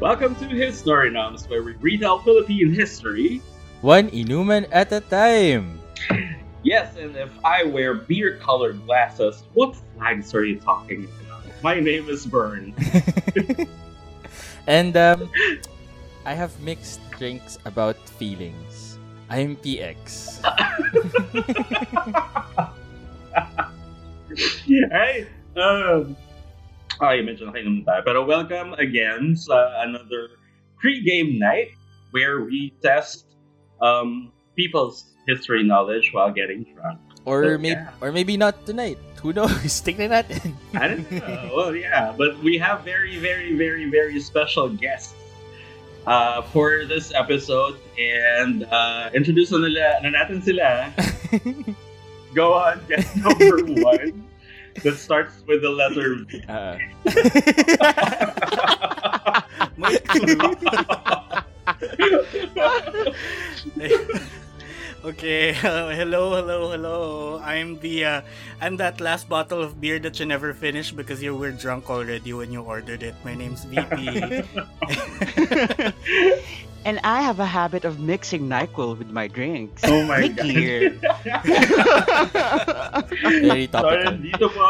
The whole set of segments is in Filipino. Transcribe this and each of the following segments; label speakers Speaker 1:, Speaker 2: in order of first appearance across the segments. Speaker 1: Welcome to History Noms, where we retell Philippine history.
Speaker 2: One inuman at a time.
Speaker 1: Yes, and if I wear beer colored glasses, what flags are you talking about? My name is Byrne.
Speaker 2: And um, I have mixed drinks about feelings. I'm PX.
Speaker 1: Alright, um, okay, medyo nakinom na tayo. Pero welcome again sa another pre-game night where we test um, people's history knowledge while getting drunk.
Speaker 2: Or
Speaker 1: So,
Speaker 2: maybe
Speaker 1: Oh, yeah.
Speaker 2: or maybe not tonight. Who knows? Tingnan natin.
Speaker 1: I don't know. well, yeah, but we have very, very, very, very special guests uh, for this episode, and uh, introduce na nila, na natin sila. Go on, guest number one. That starts with the letter V.
Speaker 2: Ah.
Speaker 3: okay, uh, hello, hello, hello. I'm the uh, I'm that last bottle of beer that you never finished because you were drunk already when you ordered it. My name's VP.
Speaker 4: And I have a habit of mixing NyQuil with my drinks.
Speaker 1: oh my god.
Speaker 4: Mickey.
Speaker 2: Very
Speaker 1: So,
Speaker 2: topical.
Speaker 1: nandito po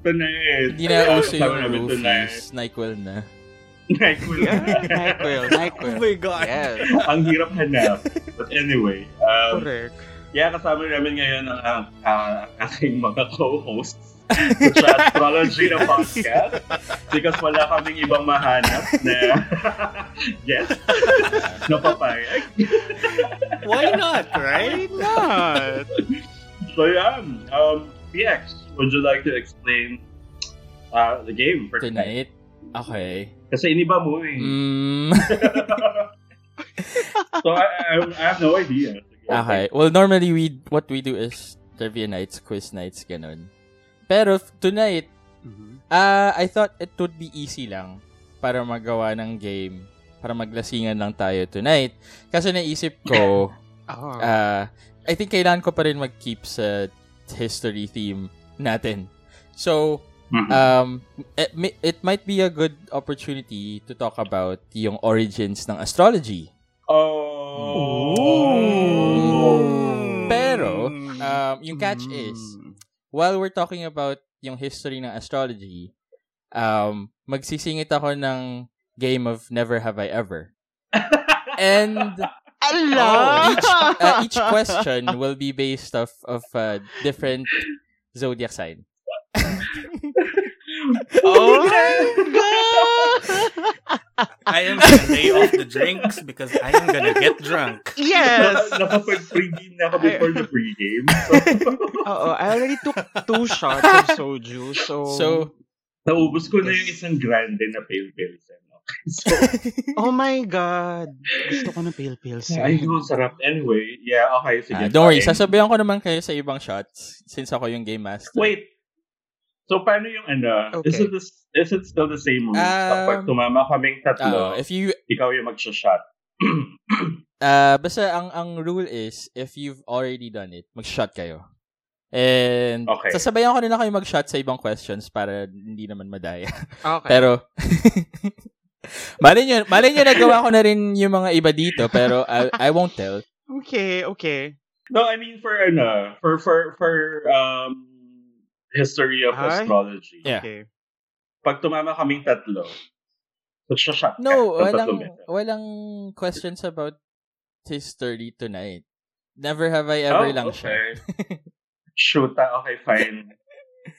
Speaker 1: tonight.
Speaker 2: Hindi na uso
Speaker 1: Kasama
Speaker 2: yung
Speaker 1: namin tonight.
Speaker 2: roofies. NyQuil na.
Speaker 1: NyQuil.
Speaker 4: NyQuil,
Speaker 3: oh
Speaker 4: NyQuil.
Speaker 3: my god.
Speaker 4: Yes.
Speaker 1: Ang hirap hanap. But anyway, um,
Speaker 2: Correct.
Speaker 1: Yeah, kasama namin ngayon ang, ang, ang aking mga co-hosts sa Astrology na podcast because wala kaming ibang mahanap na guest na papayag.
Speaker 3: Why not, right?
Speaker 5: Why
Speaker 2: Uh,
Speaker 5: not?
Speaker 1: So yeah, um, PX, would you like to explain uh, the game for tonight?
Speaker 2: Tonight? Okay.
Speaker 1: Kasi iniba mo eh.
Speaker 2: Mm,
Speaker 1: so I, I, I have no idea.
Speaker 2: okay. Well, normally we what we do is trivia nights, quiz nights, ganun. Pero f- tonight,
Speaker 4: Mm-hmm.
Speaker 2: Ah, I thought it would be easy lang para magawa ng game. Para maglasingan lang tayo tonight. Kasi naisip ko,
Speaker 5: Oh.
Speaker 2: ah, I think kailangan ko pa rin mag-keep sa history theme natin. So,
Speaker 1: Mhm.
Speaker 2: um, it, mi- it might be a good opportunity to talk about yung origins ng astrology.
Speaker 1: oh.
Speaker 2: Pero, um, yung
Speaker 3: Hmm.
Speaker 2: catch is,
Speaker 4: Mm.
Speaker 2: while we're talking about yung history ng astrology, um, magsisingit ako ng game of Never Have I Ever. And
Speaker 4: Hello!
Speaker 2: each, uh, each question will be based off of uh, different zodiac sign.
Speaker 5: Oh.
Speaker 3: I am gonna lay off the drinks because I am gonna get drunk.
Speaker 4: yes!
Speaker 1: Nakapag-pregame na ako before the pregame. So,
Speaker 4: Oo, I already took two shots of soju, so...
Speaker 2: So,
Speaker 1: Naubos ko na yung isang grande na pale eh, pilsen. Okay, so,
Speaker 4: Oh my God! Gusto ko ng pale pale
Speaker 1: ay,
Speaker 4: sa'yo.
Speaker 1: no, sarap. Anyway, yeah, okay, sige.
Speaker 2: ah, don't worry,
Speaker 1: fine.
Speaker 2: sasabihan ko naman kayo sa ibang shots since ako yung game master.
Speaker 1: Wait. So, paano yung ano? Is,
Speaker 4: Okay.
Speaker 1: it this, is it still the same rules?
Speaker 2: Um,
Speaker 1: Kapag tumama kaming
Speaker 2: Ah,
Speaker 1: tatlo,
Speaker 2: if you
Speaker 1: ikaw yung magsashot.
Speaker 2: Uh, basta ang ang rule is if you've already done it, mag-shot kayo. And
Speaker 1: Okay.
Speaker 2: sasabayan ko na lang kayo mag-shot sa ibang questions para hindi naman madaya.
Speaker 4: Okay.
Speaker 2: Pero Malay nyo, malay nyo nagawa ko na rin yung mga iba dito, pero I, I won't tell.
Speaker 4: Okay, okay.
Speaker 1: no, I mean for ano, for, for, for, um, history of
Speaker 4: Ay?
Speaker 1: astrology.
Speaker 2: Yeah.
Speaker 4: Okay.
Speaker 1: Pag tumama kaming tatlo, magsashot ka.
Speaker 2: No,
Speaker 1: ng tatlong
Speaker 2: walang,
Speaker 1: beses.
Speaker 2: walang questions about history tonight. Never have I ever
Speaker 1: Oh,
Speaker 2: lang siya.
Speaker 1: okay. Shoot, ah, okay, fine.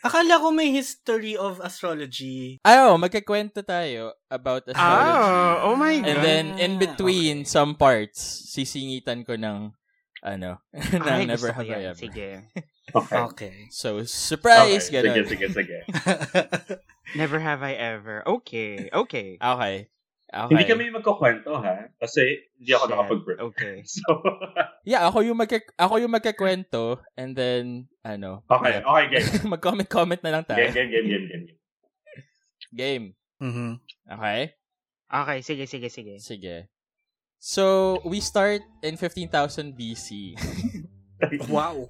Speaker 3: Akala ko may history of astrology.
Speaker 2: Ayo, magkakwento tayo about
Speaker 3: Ah.
Speaker 2: astrology.
Speaker 4: Oh, oh my God.
Speaker 2: And then in between some parts, sisingitan ko ng ano, ng
Speaker 4: Ay,
Speaker 2: never
Speaker 4: gusto ko
Speaker 2: have I
Speaker 4: yan.
Speaker 2: ever.
Speaker 4: Sige.
Speaker 1: Okay.
Speaker 3: Okay.
Speaker 2: So
Speaker 3: ah,
Speaker 2: surprise
Speaker 1: okay. Sige,
Speaker 2: ganun.
Speaker 1: sige, sige.
Speaker 4: Never have I ever. Okay, okay.
Speaker 2: Okay. Okay.
Speaker 1: Hindi kami magkukwento, ha? Kasi hindi ako
Speaker 4: Shit.
Speaker 1: nakapag-break.
Speaker 4: Okay.
Speaker 1: So,
Speaker 2: Yeah, ako yung magka ako yung magkakwento and then ano,
Speaker 1: okay, okay, game.
Speaker 2: mag-comment-comment na lang tayo.
Speaker 1: Game, game, game, game, game. game.
Speaker 2: Game.
Speaker 3: Mhm.
Speaker 2: Okay?
Speaker 4: Okay, sige, sige, sige.
Speaker 2: Sige. So, we start in 15,000 BC.
Speaker 3: Wow.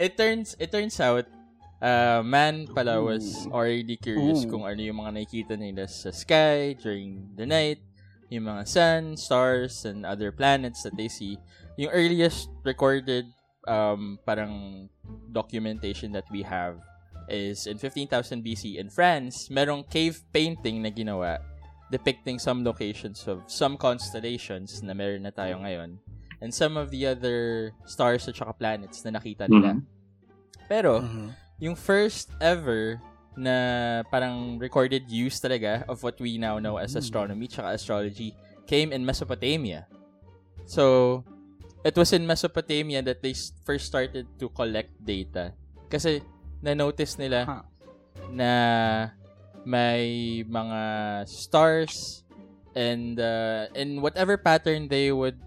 Speaker 2: it turns it turns out Uh, man pala was
Speaker 3: Ooh.
Speaker 2: already curious
Speaker 3: Ooh.
Speaker 2: kung ano yung mga nakikita nila sa sky during the night, yung mga sun, stars, and other planets that they see. Yung earliest recorded um, parang documentation that we have is in 15,000 BC in France, merong cave painting na ginawa depicting some locations of some constellations na meron na tayo ngayon and some of the other stars at saka planets na nakita
Speaker 3: Mm-hmm.
Speaker 2: nila. Pero,
Speaker 3: Mhm.
Speaker 2: yung first ever na parang recorded use talaga of what we now know as astronomy tsaka astrology came in Mesopotamia. So, it was in Mesopotamia that they s- first started to collect data. Kasi, na-notice nila
Speaker 4: Huh.
Speaker 2: na may mga stars and uh, in whatever pattern they would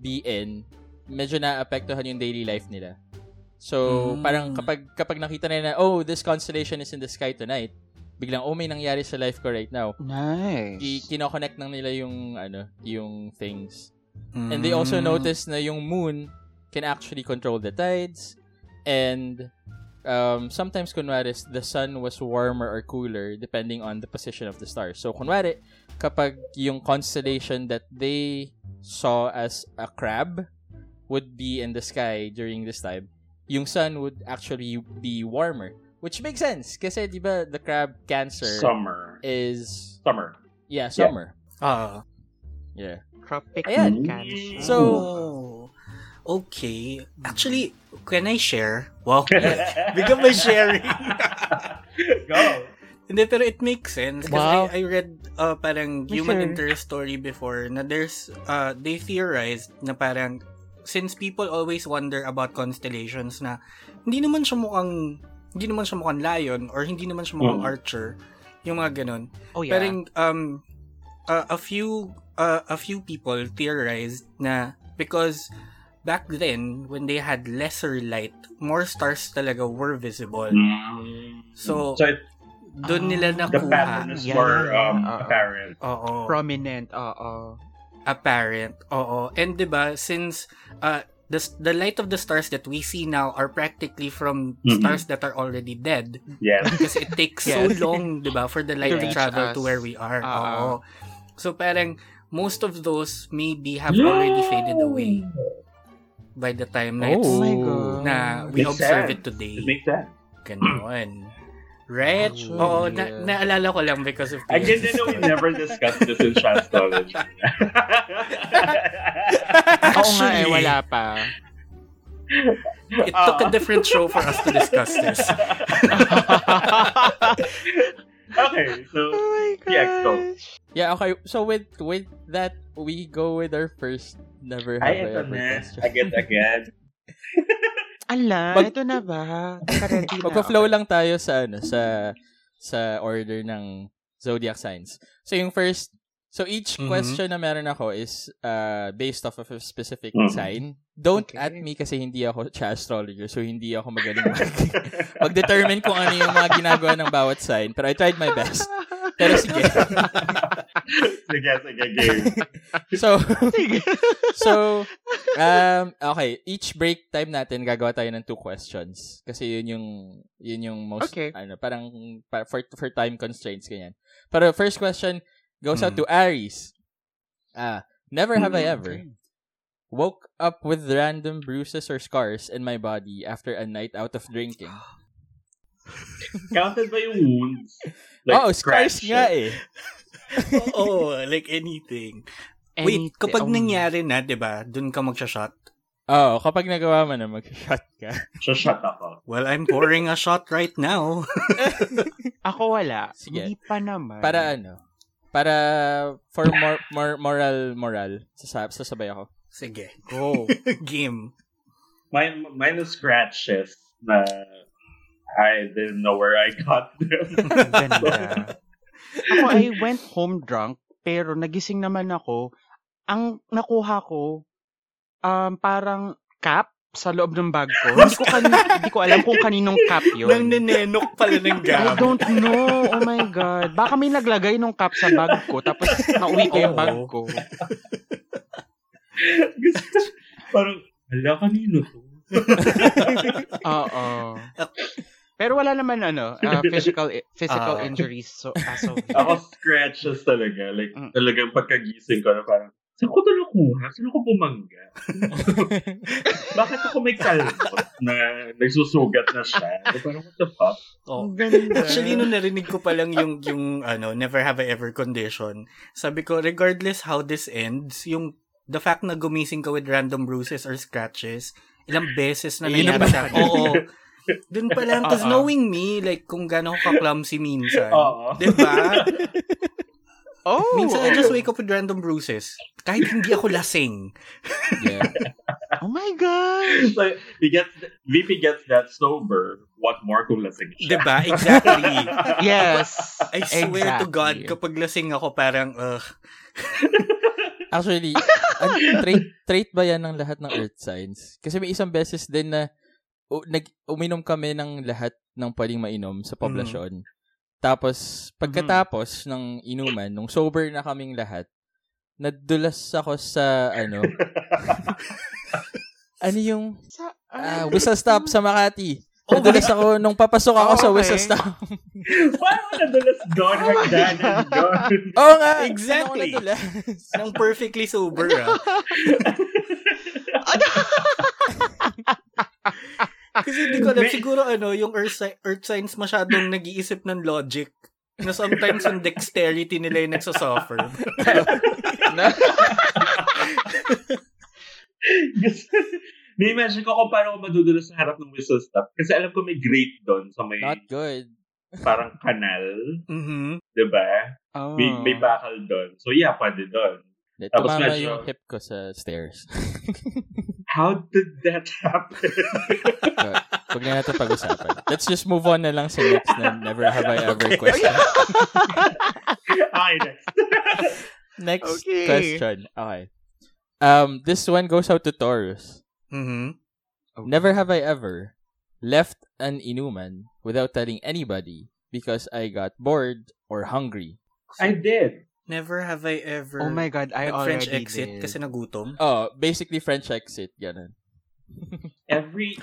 Speaker 2: be in, medyo naapektuhan yung daily life nila. So,
Speaker 3: Mm.
Speaker 2: parang kapag kapag nakita nila na, oh, this constellation is in the sky tonight, biglang, oh, may nangyari sa life ko right now. I-
Speaker 4: Nice.
Speaker 2: kinoconnect ng nila yung, ano, yung things. And they also
Speaker 3: Mm.
Speaker 2: noticed na yung moon can actually control the tides. And um, sometimes, kunwari, the sun was warmer or cooler depending on the position of the stars. So, kunwari, kapag yung constellation that they saw as a crab would be in the sky during this time, yung sun would actually be warmer. Which makes sense kasi, di ba, the crab cancer
Speaker 1: Summer.
Speaker 3: Eh.
Speaker 2: is,
Speaker 1: Summer.
Speaker 2: yeah, summer.
Speaker 3: Ah.
Speaker 2: Yeah.
Speaker 4: Tropic
Speaker 2: Ayan.
Speaker 4: cancer.
Speaker 2: So-
Speaker 3: Oh. Okay. Actually, can I share? Wow. Bigyan may sharing.
Speaker 1: Go.
Speaker 3: Hindi, pero it makes sense. Kasi
Speaker 2: Wow.
Speaker 3: I, I read uh, parang
Speaker 4: Yes,
Speaker 3: human
Speaker 4: sir.
Speaker 3: interest story before na there's, uh, they theorized na parang since people always wonder about constellations na hindi naman siya mukhang hindi naman siya mukhang lion or hindi naman siya mukhang
Speaker 1: Mm.
Speaker 3: archer yung mga ganun
Speaker 4: oh yeah.
Speaker 3: Parang um uh, a few uh, a few people theorized na because back then when they had lesser light, more stars talaga were visible. So,
Speaker 1: so it,
Speaker 3: Doon nila
Speaker 4: Ah.
Speaker 1: the
Speaker 4: Kuha.
Speaker 1: pattern
Speaker 3: nakuha.
Speaker 1: is
Speaker 4: Yeah,
Speaker 1: more
Speaker 4: yeah,
Speaker 1: um,
Speaker 4: yeah.
Speaker 1: apparent.
Speaker 4: Oh.
Speaker 3: Oo.
Speaker 4: prominent. Oo.
Speaker 3: Apparent. Oo. And 'di ba since uh the s- the light of the stars that we see now are practically from
Speaker 1: Mhm.
Speaker 3: stars that are already dead
Speaker 1: Yes.
Speaker 3: because it takes
Speaker 4: Yes.
Speaker 3: so long, 'di ba, for the light
Speaker 4: To
Speaker 3: to,
Speaker 4: reach
Speaker 3: travel
Speaker 4: us.
Speaker 3: to where we are.
Speaker 4: Ah,
Speaker 3: Oo. So parang most of those maybe have already faded away by the time na it's
Speaker 4: Oh my
Speaker 2: Oh.
Speaker 4: god.
Speaker 3: na we
Speaker 1: Makes
Speaker 3: observe
Speaker 1: sense.
Speaker 3: it today.
Speaker 1: It makes sense.
Speaker 3: Ganon. Right?
Speaker 4: Actually,
Speaker 3: Oo, na,
Speaker 4: yeah.
Speaker 3: naalala ko lang because of the...
Speaker 1: I didn't know we never discussed this in Trans Knowledge.
Speaker 4: Oo nga eh,
Speaker 3: Actually.
Speaker 4: wala pa.
Speaker 3: It took a different show for us to discuss this.
Speaker 1: okay, so
Speaker 4: Oh my
Speaker 1: Yeah, go.
Speaker 4: gosh.
Speaker 2: Yeah, okay. So with with that, we go with our first never have
Speaker 1: ay
Speaker 2: I,
Speaker 1: ito
Speaker 2: ever
Speaker 1: na,
Speaker 2: question.
Speaker 1: agad agad.
Speaker 4: Ala,
Speaker 2: Mag-
Speaker 4: ito na ba? Ready na
Speaker 2: Magpa-flow
Speaker 4: ako.
Speaker 2: lang tayo sa ano sa sa order ng zodiac signs. So yung first So each
Speaker 3: Mhm.
Speaker 2: question na meron ako is uh, based off of a specific
Speaker 1: Mhm.
Speaker 2: sign. Don't
Speaker 4: Okay.
Speaker 2: at me kasi hindi ako cha astrologer so hindi ako magaling mag mag-determine kung ano yung mga ginagawa ng bawat sign pero I tried my best. Pero sige.
Speaker 1: sige, sige, game.
Speaker 2: So
Speaker 4: Sige.
Speaker 2: So, um, okay, each break time natin gagawa tayo ng two questions kasi yun yung yun yung most
Speaker 4: Okay.
Speaker 2: ano, parang pa- for for time constraints ganyan. Pero first question goes out to Aries. Ah, never have I ever woke up with random bruises or scars in my body after a night out of drinking.
Speaker 1: Counted ba yung wounds?
Speaker 2: oh, scars
Speaker 1: scratch
Speaker 2: nga
Speaker 1: it?
Speaker 2: eh.
Speaker 3: Oo, like anything. Wait,
Speaker 4: Anything.
Speaker 3: kapag nangyari na, di ba, dun ka magsha-shot?
Speaker 2: Oh, kapag nagawa mo na mag-shot ka.
Speaker 1: So, shut up. oh.
Speaker 3: Well, I'm pouring a shot right now.
Speaker 4: Ako wala.
Speaker 2: Sige.
Speaker 4: Hindi pa naman.
Speaker 2: Para ano? Para for more, more moral moral. Sasab sasabay ako.
Speaker 3: Sige.
Speaker 2: Go.
Speaker 3: Game.
Speaker 1: Mine, mine is scratches na I didn't know where I got them.
Speaker 4: Ganda. ako, I went home drunk, pero nagising naman ako. Ang nakuha ko, um, parang cap sa loob ng bag ko. Hindi ko, kan- hindi ko alam kung kaninong cap
Speaker 3: Nang
Speaker 4: yun.
Speaker 3: ninenok pala ng
Speaker 4: I
Speaker 3: gab.
Speaker 4: don't know. Oh my God. Baka may naglagay nung cap sa bag ko, tapos nauwi ko yung bag ko.
Speaker 1: Gusto- Parang, ala, kanino to?
Speaker 4: Oo. Pero wala naman ano, ah, physical
Speaker 3: Ah.
Speaker 4: physical injuries so as of yet.
Speaker 1: Ako scratches talaga. Like,
Speaker 4: Mm.
Speaker 1: talagang pagkagising ko na parang, saan ko ito nakuha? Saan ako bumangga? Bakit ako may kalbot na nagsusugat na siya? So, parang, what the fuck?
Speaker 3: Oh.
Speaker 4: Ang ganda.
Speaker 3: Actually, nung narinig ko pa lang yung, yung ano, never have I ever condition, sabi ko, regardless how this ends, yung the fact na gumising ka with random bruises or scratches, ilang beses na
Speaker 2: Yun ang
Speaker 3: nangyari sa akin.
Speaker 2: masakit.
Speaker 3: Oo. Dun pa lang, because
Speaker 4: Oo.
Speaker 3: knowing me, like, kung gano'n ako ka-clumsy minsan,
Speaker 1: Oo.
Speaker 3: diba?
Speaker 4: oh,
Speaker 3: Minsan, I just wake up with random bruises. Kahit hindi ako lasing.
Speaker 2: yeah.
Speaker 4: oh my god.
Speaker 1: So, he gets, VP gets that sober, what more kung lasing siya?
Speaker 3: Diba? Exactly.
Speaker 4: Yes.
Speaker 3: I swear to God,
Speaker 4: Exactly.
Speaker 3: kapag lasing ako, parang, ugh.
Speaker 2: Actually, an, trait, trait ba yan ng lahat ng earth signs? Kasi may isang beses din na u- nag, uminom kami ng lahat ng pwedeng mainom sa poblasyon. Tapos, pagkatapos ng inuman, nung sober na kaming lahat, nadulas ako sa, ano, ano yung
Speaker 4: Sa-
Speaker 2: ah, whistle stop sa Makati.
Speaker 3: Oh,
Speaker 2: Nadulas ako nung papasok ako
Speaker 4: Oh,
Speaker 2: sa
Speaker 4: okay.
Speaker 2: whistle stop.
Speaker 1: Why ako nadulas doon?
Speaker 4: Oh my
Speaker 1: Hagdan,
Speaker 4: God.
Speaker 1: doon.
Speaker 2: Oo oh, nga!
Speaker 3: Exactly.
Speaker 2: Ano ako nadulas?
Speaker 3: Nang perfectly sober, ah. Kasi hindi ko alam, siguro ano, yung earth, si- earth signs masyadong nag-iisip ng logic na sometimes yung dexterity nila yung nagsasuffer.
Speaker 1: Na-imagine ko kung paano ako madudulas sa harap ng whistle stop. Kasi alam ko may grate doon sa may
Speaker 2: Not good.
Speaker 1: parang kanal.
Speaker 3: Mhm.
Speaker 1: Diba?
Speaker 3: Ah.
Speaker 4: Oh.
Speaker 1: May,
Speaker 2: Ah.
Speaker 1: may bakal doon. So yeah, pwede doon. Tapos
Speaker 2: Tumama
Speaker 1: medyo-
Speaker 2: yung hip ko sa stairs.
Speaker 1: How did that happen?
Speaker 2: Huwag na natin pag-usapan. Let's just move on na lang sa next na never have I ever
Speaker 3: Okay.
Speaker 4: Oh,
Speaker 2: question.
Speaker 1: okay, next.
Speaker 2: Next
Speaker 4: Okay.
Speaker 2: question. Okay. Um, this one goes out to Taurus.
Speaker 3: Mhm.
Speaker 2: Never have I ever left an inuman without telling anybody because I got bored or hungry.
Speaker 1: I did.
Speaker 3: Never have I ever
Speaker 4: Oh my god, I
Speaker 3: French
Speaker 4: already
Speaker 3: exit
Speaker 4: did.
Speaker 3: kasi nagutom.
Speaker 2: Oh, basically French exit. Ganun.
Speaker 1: Every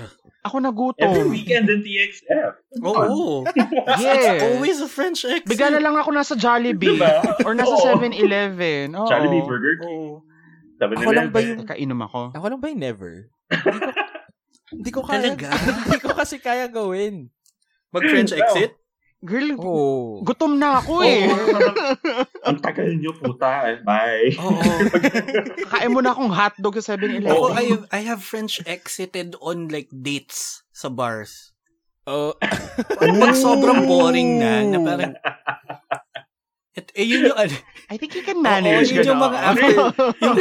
Speaker 1: every
Speaker 2: Oh.
Speaker 4: ako nagutom.
Speaker 1: weekend in TXF.
Speaker 3: Oo.
Speaker 4: Yes.
Speaker 3: Oh, Always a French exit.
Speaker 4: Bigla na lang ako nasa Jollibee.
Speaker 1: Diba?
Speaker 4: Or nasa
Speaker 1: Oo.
Speaker 4: 7-Eleven. Oo.
Speaker 1: Jollibee Burger King.
Speaker 3: Oo.
Speaker 2: Oh. Ako lang ba
Speaker 1: 7-Eleven.
Speaker 2: yung...
Speaker 4: Teka, inom ako.
Speaker 2: Ako lang ba yung never? Hindi ko, hindi ko kaya...
Speaker 3: Talaga?
Speaker 2: hindi ko kasi kaya gawin.
Speaker 3: Mag-French
Speaker 1: Well,
Speaker 3: exit?
Speaker 4: Girl,
Speaker 2: Oh.
Speaker 4: gutom na ako
Speaker 1: Oo,
Speaker 4: eh.
Speaker 1: Ang tagal niyo, puta. Bye.
Speaker 2: Oh,
Speaker 3: Oo.
Speaker 4: Kain mo na akong hotdog sa
Speaker 3: Ako,
Speaker 4: 7-Eleven.
Speaker 3: I have, I have French exited on like dates sa bars.
Speaker 2: Oh.
Speaker 3: Pag sobrang boring na, na parang... It, eh, yun yung, ano,
Speaker 4: I think you can manage.
Speaker 3: Oo, yun yung
Speaker 4: ganun.
Speaker 3: mga after, yung,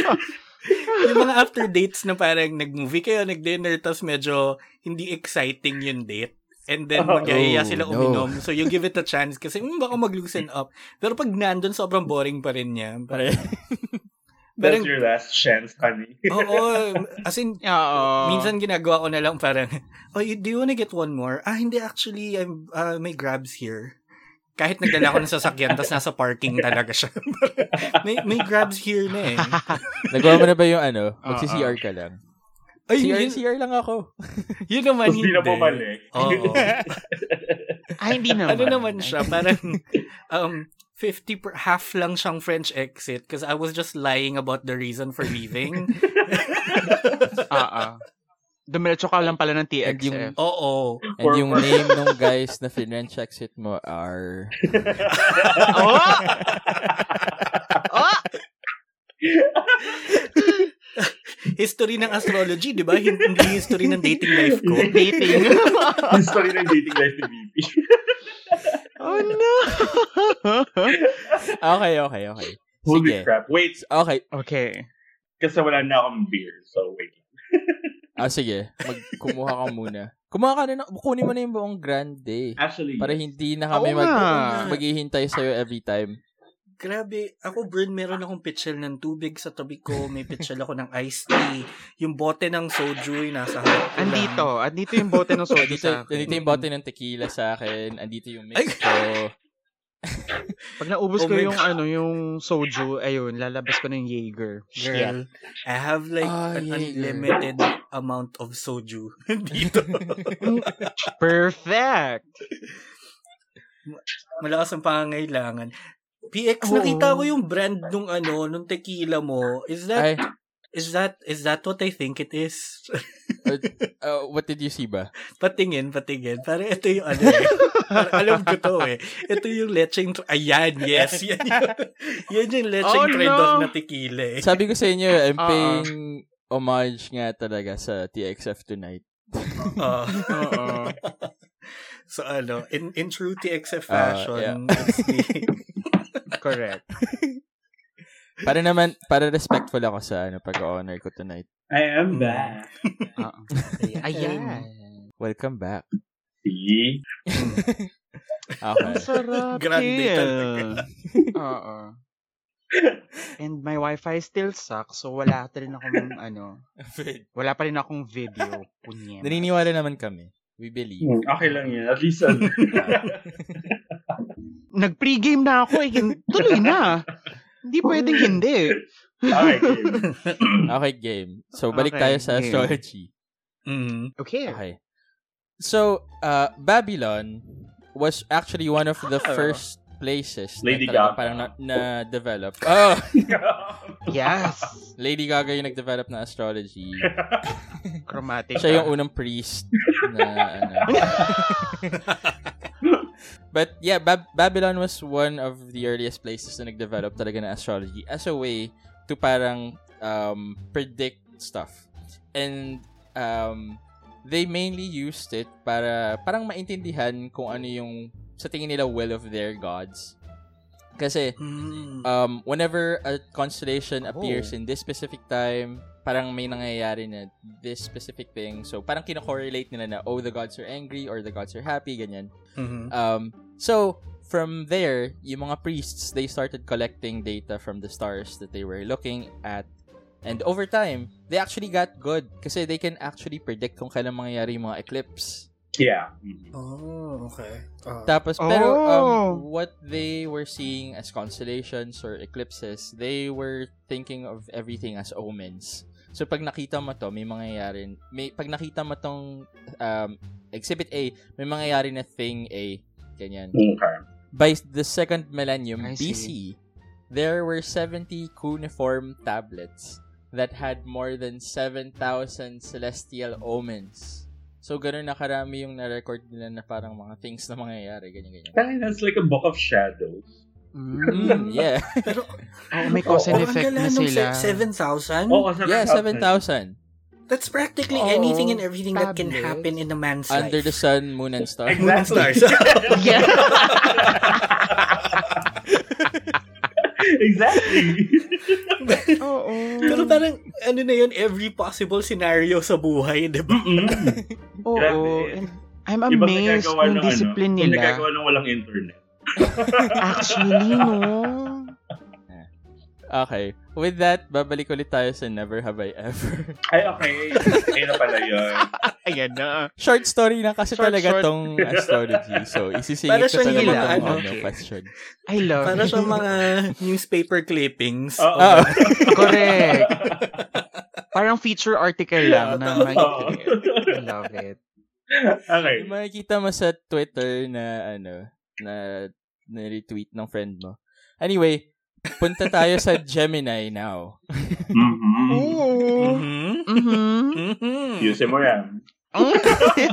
Speaker 3: yung mga after dates na parang nag-movie kayo, nag-dinner, tapos medyo hindi exciting yung date. And then,
Speaker 1: Oh,
Speaker 3: mag-iaya
Speaker 2: no.
Speaker 3: sila uminom. So, you give it a chance kasi, hmm, baka mag-loosen up. Pero pag nandun, sobrang boring pa rin niya.
Speaker 2: Pare.
Speaker 1: That's
Speaker 3: Parang,
Speaker 1: your last chance, honey.
Speaker 3: oo, as in,
Speaker 4: Oo.
Speaker 3: minsan ginagawa ko na lang parang, oh, you, do you wanna get one more? Ah, hindi, actually, I'm, ah, may grabs here. Kahit nagdala ko ng sasakyan, tapos nasa parking talaga siya. may, may grabs here na eh.
Speaker 2: Nagawa mo na ba yung ano?
Speaker 4: Ah,
Speaker 2: Magsi-CR ka lang.
Speaker 3: Ay,
Speaker 2: CR,
Speaker 3: yun,
Speaker 2: CR lang ako.
Speaker 3: yun naman
Speaker 1: Tapos di na
Speaker 3: hindi.
Speaker 1: bumalik.
Speaker 3: Oo.
Speaker 2: Oh.
Speaker 4: Ah, hindi naman.
Speaker 3: ano naman siya, parang um, 50 per, half lang siyang French exit because I was just lying about the reason for leaving.
Speaker 4: Oo. ah, Dumiretso ka lang pala ng
Speaker 2: And yung-
Speaker 4: TXF.
Speaker 3: Oo.
Speaker 2: And
Speaker 1: Or-
Speaker 2: yung
Speaker 1: or-
Speaker 2: name nung guys na French exit mo are...
Speaker 4: Oh! oh!
Speaker 3: History ng astrology, di ba? Hin- Hindi history ng dating life ko.
Speaker 4: Dating.
Speaker 1: History ng dating life ni VP.
Speaker 4: oh no!
Speaker 2: Okay, okay, okay.
Speaker 1: Holy
Speaker 2: Sige.
Speaker 1: crap. Wait,
Speaker 2: Okay.
Speaker 4: okay.
Speaker 1: kasi wala na akong beer. So, wait.
Speaker 2: Ah, sige. Mag, kumuha ka muna. Kumuha ka na. ng- Kunin mo na yung buong grande.
Speaker 1: Actually,
Speaker 2: Para hindi na kami
Speaker 4: Oo
Speaker 2: mag,
Speaker 4: nga.
Speaker 2: maghihintay sa'yo every time.
Speaker 3: Grabe, ako Bern, meron akong pitchel ng tubig sa tabi ko, may pitchel ako ng iced tea, yung bote ng soju yung nasa harap ko lang.
Speaker 4: Andito. Andito yung bote ng soju
Speaker 2: Dito,
Speaker 4: sa akin.
Speaker 2: dito yung bote ng tequila sa akin. Andito yung mix
Speaker 3: Ay!
Speaker 2: ko.
Speaker 4: Pag
Speaker 3: Oh
Speaker 4: naubos ko
Speaker 3: my
Speaker 4: yung
Speaker 3: God.
Speaker 4: ano, yung soju, ayun, lalabas ko na yung Jaeger.
Speaker 3: Girl, I have like
Speaker 2: Ah,
Speaker 3: an
Speaker 2: yeah, girl.
Speaker 3: unlimited amount of soju dito.
Speaker 4: Perfect!
Speaker 3: Malakas ang pangangailangan. PX, nakita ko yung brand nung ano, nung tequila mo. Is that,
Speaker 2: Ay,
Speaker 3: is that, is that what I think it is?
Speaker 2: uh, what did you see ba?
Speaker 3: patingin, patingin. Parang ito yung ano eh. Parang alam ko to eh. Ito yung lecheng, tr- ayan, yes. Yan yung, yan yung lecheng
Speaker 4: Oh,
Speaker 3: trade-off
Speaker 4: no.
Speaker 3: na tequila eh.
Speaker 2: Sabi ko sa inyo, I'm
Speaker 4: Oo.
Speaker 2: paying homage nga talaga sa TXF tonight.
Speaker 3: Oo.
Speaker 4: Oo.
Speaker 3: Oh. so ano, in, in true TXF
Speaker 2: Ah, yeah.
Speaker 3: fashion, it's the-
Speaker 4: Correct.
Speaker 2: Para naman, para respectful ako sa ano, pag-honor ko tonight.
Speaker 1: I am back.
Speaker 4: Ayan.
Speaker 2: Welcome back.
Speaker 1: See?
Speaker 4: Ang
Speaker 2: Okay.
Speaker 4: sarap,
Speaker 3: Grande
Speaker 4: Kiel.
Speaker 3: talaga.
Speaker 4: Oo. And my wifi still sucks, so wala pa rin akong ano, wala pa rin akong video. Kunyem.
Speaker 2: Naniniwala naman kami. We believe.
Speaker 1: Hmm, Okay lang yan. At least, ano.
Speaker 4: Nag-pregame na ako, eh. Hin- tuloy na. Hindi pwedeng hindi.
Speaker 1: okay, game.
Speaker 2: Okay, game. So, balik
Speaker 4: Okay,
Speaker 2: tayo sa
Speaker 4: game.
Speaker 2: astrology.
Speaker 3: Mm.
Speaker 4: Okay.
Speaker 2: Okay. So, uh, Babylon was actually one of the
Speaker 3: Ah.
Speaker 2: first places
Speaker 1: Lady Gaga.
Speaker 2: talaga parang na, develop. Oh,
Speaker 4: Yes.
Speaker 2: Lady Gaga yung nag-develop ng astrology.
Speaker 4: Chromatic.
Speaker 2: Siya yung unang priest na ano. But yeah, Bab- Babylon was one of the earliest places na nag-develop talaga ng astrology as a way to parang um, predict stuff. And um, they mainly used it para parang maintindihan kung ano yung sa tingin nila will of their gods. Kasi
Speaker 3: Mm.
Speaker 2: um, whenever a constellation appears in
Speaker 4: Oh.
Speaker 2: this specific time, parang may nangyayari na this specific thing. So, parang kinokorrelate nila na, oh, the gods are angry or the gods are happy, ganyan.
Speaker 4: Ah.
Speaker 3: Mhm.
Speaker 2: Um, so, from there, yung mga priests, they started collecting data from the stars that they were looking at. And over time, they actually got good kasi they can actually predict kung kailan mangyayari yung mga eclipse.
Speaker 1: Yeah. Mhm.
Speaker 3: Oh, okay. Ah.
Speaker 2: Tapos, pero um,
Speaker 4: Oh.
Speaker 2: what they were seeing as constellations or eclipses, they were thinking of everything as omens. So, pag nakita mo to, may mangyayari. May, pag nakita mo tong um, Exhibit A, may mangyayari na thing A. Ganyan.
Speaker 1: Okay.
Speaker 2: By the second millennium
Speaker 4: I
Speaker 2: BC,
Speaker 4: see.
Speaker 2: there were 70 cuneiform tablets that had more than 7,000 celestial omens. So, ganun na karami yung na-record nila na parang mga things na mangyayari, ganyan-ganyan.
Speaker 1: Tangin, That's like a book of shadows.
Speaker 4: Mm.
Speaker 2: Mm, yeah.
Speaker 3: Pero,
Speaker 4: Oh, may cause and
Speaker 3: oh, ang
Speaker 4: effect
Speaker 3: gala
Speaker 4: na
Speaker 3: nung
Speaker 4: sila.
Speaker 3: se- 7,000?
Speaker 1: Oo,
Speaker 2: yeah, 7,000.
Speaker 3: That's practically
Speaker 4: Oo,
Speaker 3: anything and everything that can
Speaker 4: tablets.
Speaker 3: happen in a man's
Speaker 2: Under the
Speaker 3: life.
Speaker 2: sun, moon, and stars.
Speaker 3: Moon and
Speaker 1: Exactly.
Speaker 3: stars.
Speaker 4: Yeah.
Speaker 1: exactly.
Speaker 4: Oo.
Speaker 3: Pero parang, ano na yun, every possible scenario sa buhay, di ba?
Speaker 1: Mm-mm. Grabe.
Speaker 4: Oo. And I'm
Speaker 1: Ibang
Speaker 4: amazed
Speaker 1: nagagawa ng
Speaker 4: yung
Speaker 1: ano,
Speaker 4: discipline
Speaker 1: Yung
Speaker 4: nila.
Speaker 1: nagagawa ng walang internet.
Speaker 4: Actually, no.
Speaker 2: Okay. With that, babalik ulit tayo sa Never Have I Ever.
Speaker 1: Ay, okay. Ayun na pala yun.
Speaker 5: Ayan na.
Speaker 2: Short story na kasi
Speaker 4: Short,
Speaker 2: talaga
Speaker 4: short.
Speaker 2: tong astrology. So,
Speaker 3: Para
Speaker 2: isisingit ko sa
Speaker 3: siyang
Speaker 2: naman
Speaker 3: hila,
Speaker 2: tong
Speaker 3: ano?
Speaker 2: ano, question.
Speaker 4: I love
Speaker 3: Para
Speaker 4: it.
Speaker 3: sa mga newspaper clippings.
Speaker 1: Oo.
Speaker 2: Ah.
Speaker 4: Correct. Parang feature article lang na may
Speaker 1: Oo.
Speaker 4: I love it.
Speaker 1: okay.
Speaker 2: Yung makikita mo sa Twitter na ano, na na-retweet ng friend mo. Anyway, punta tayo sa Gemini now.
Speaker 1: Mm-hmm.
Speaker 4: Oo.
Speaker 3: Mhm.
Speaker 4: Mhm.
Speaker 3: Mhm.
Speaker 1: Yusin mo yan.
Speaker 4: Mm-hmm.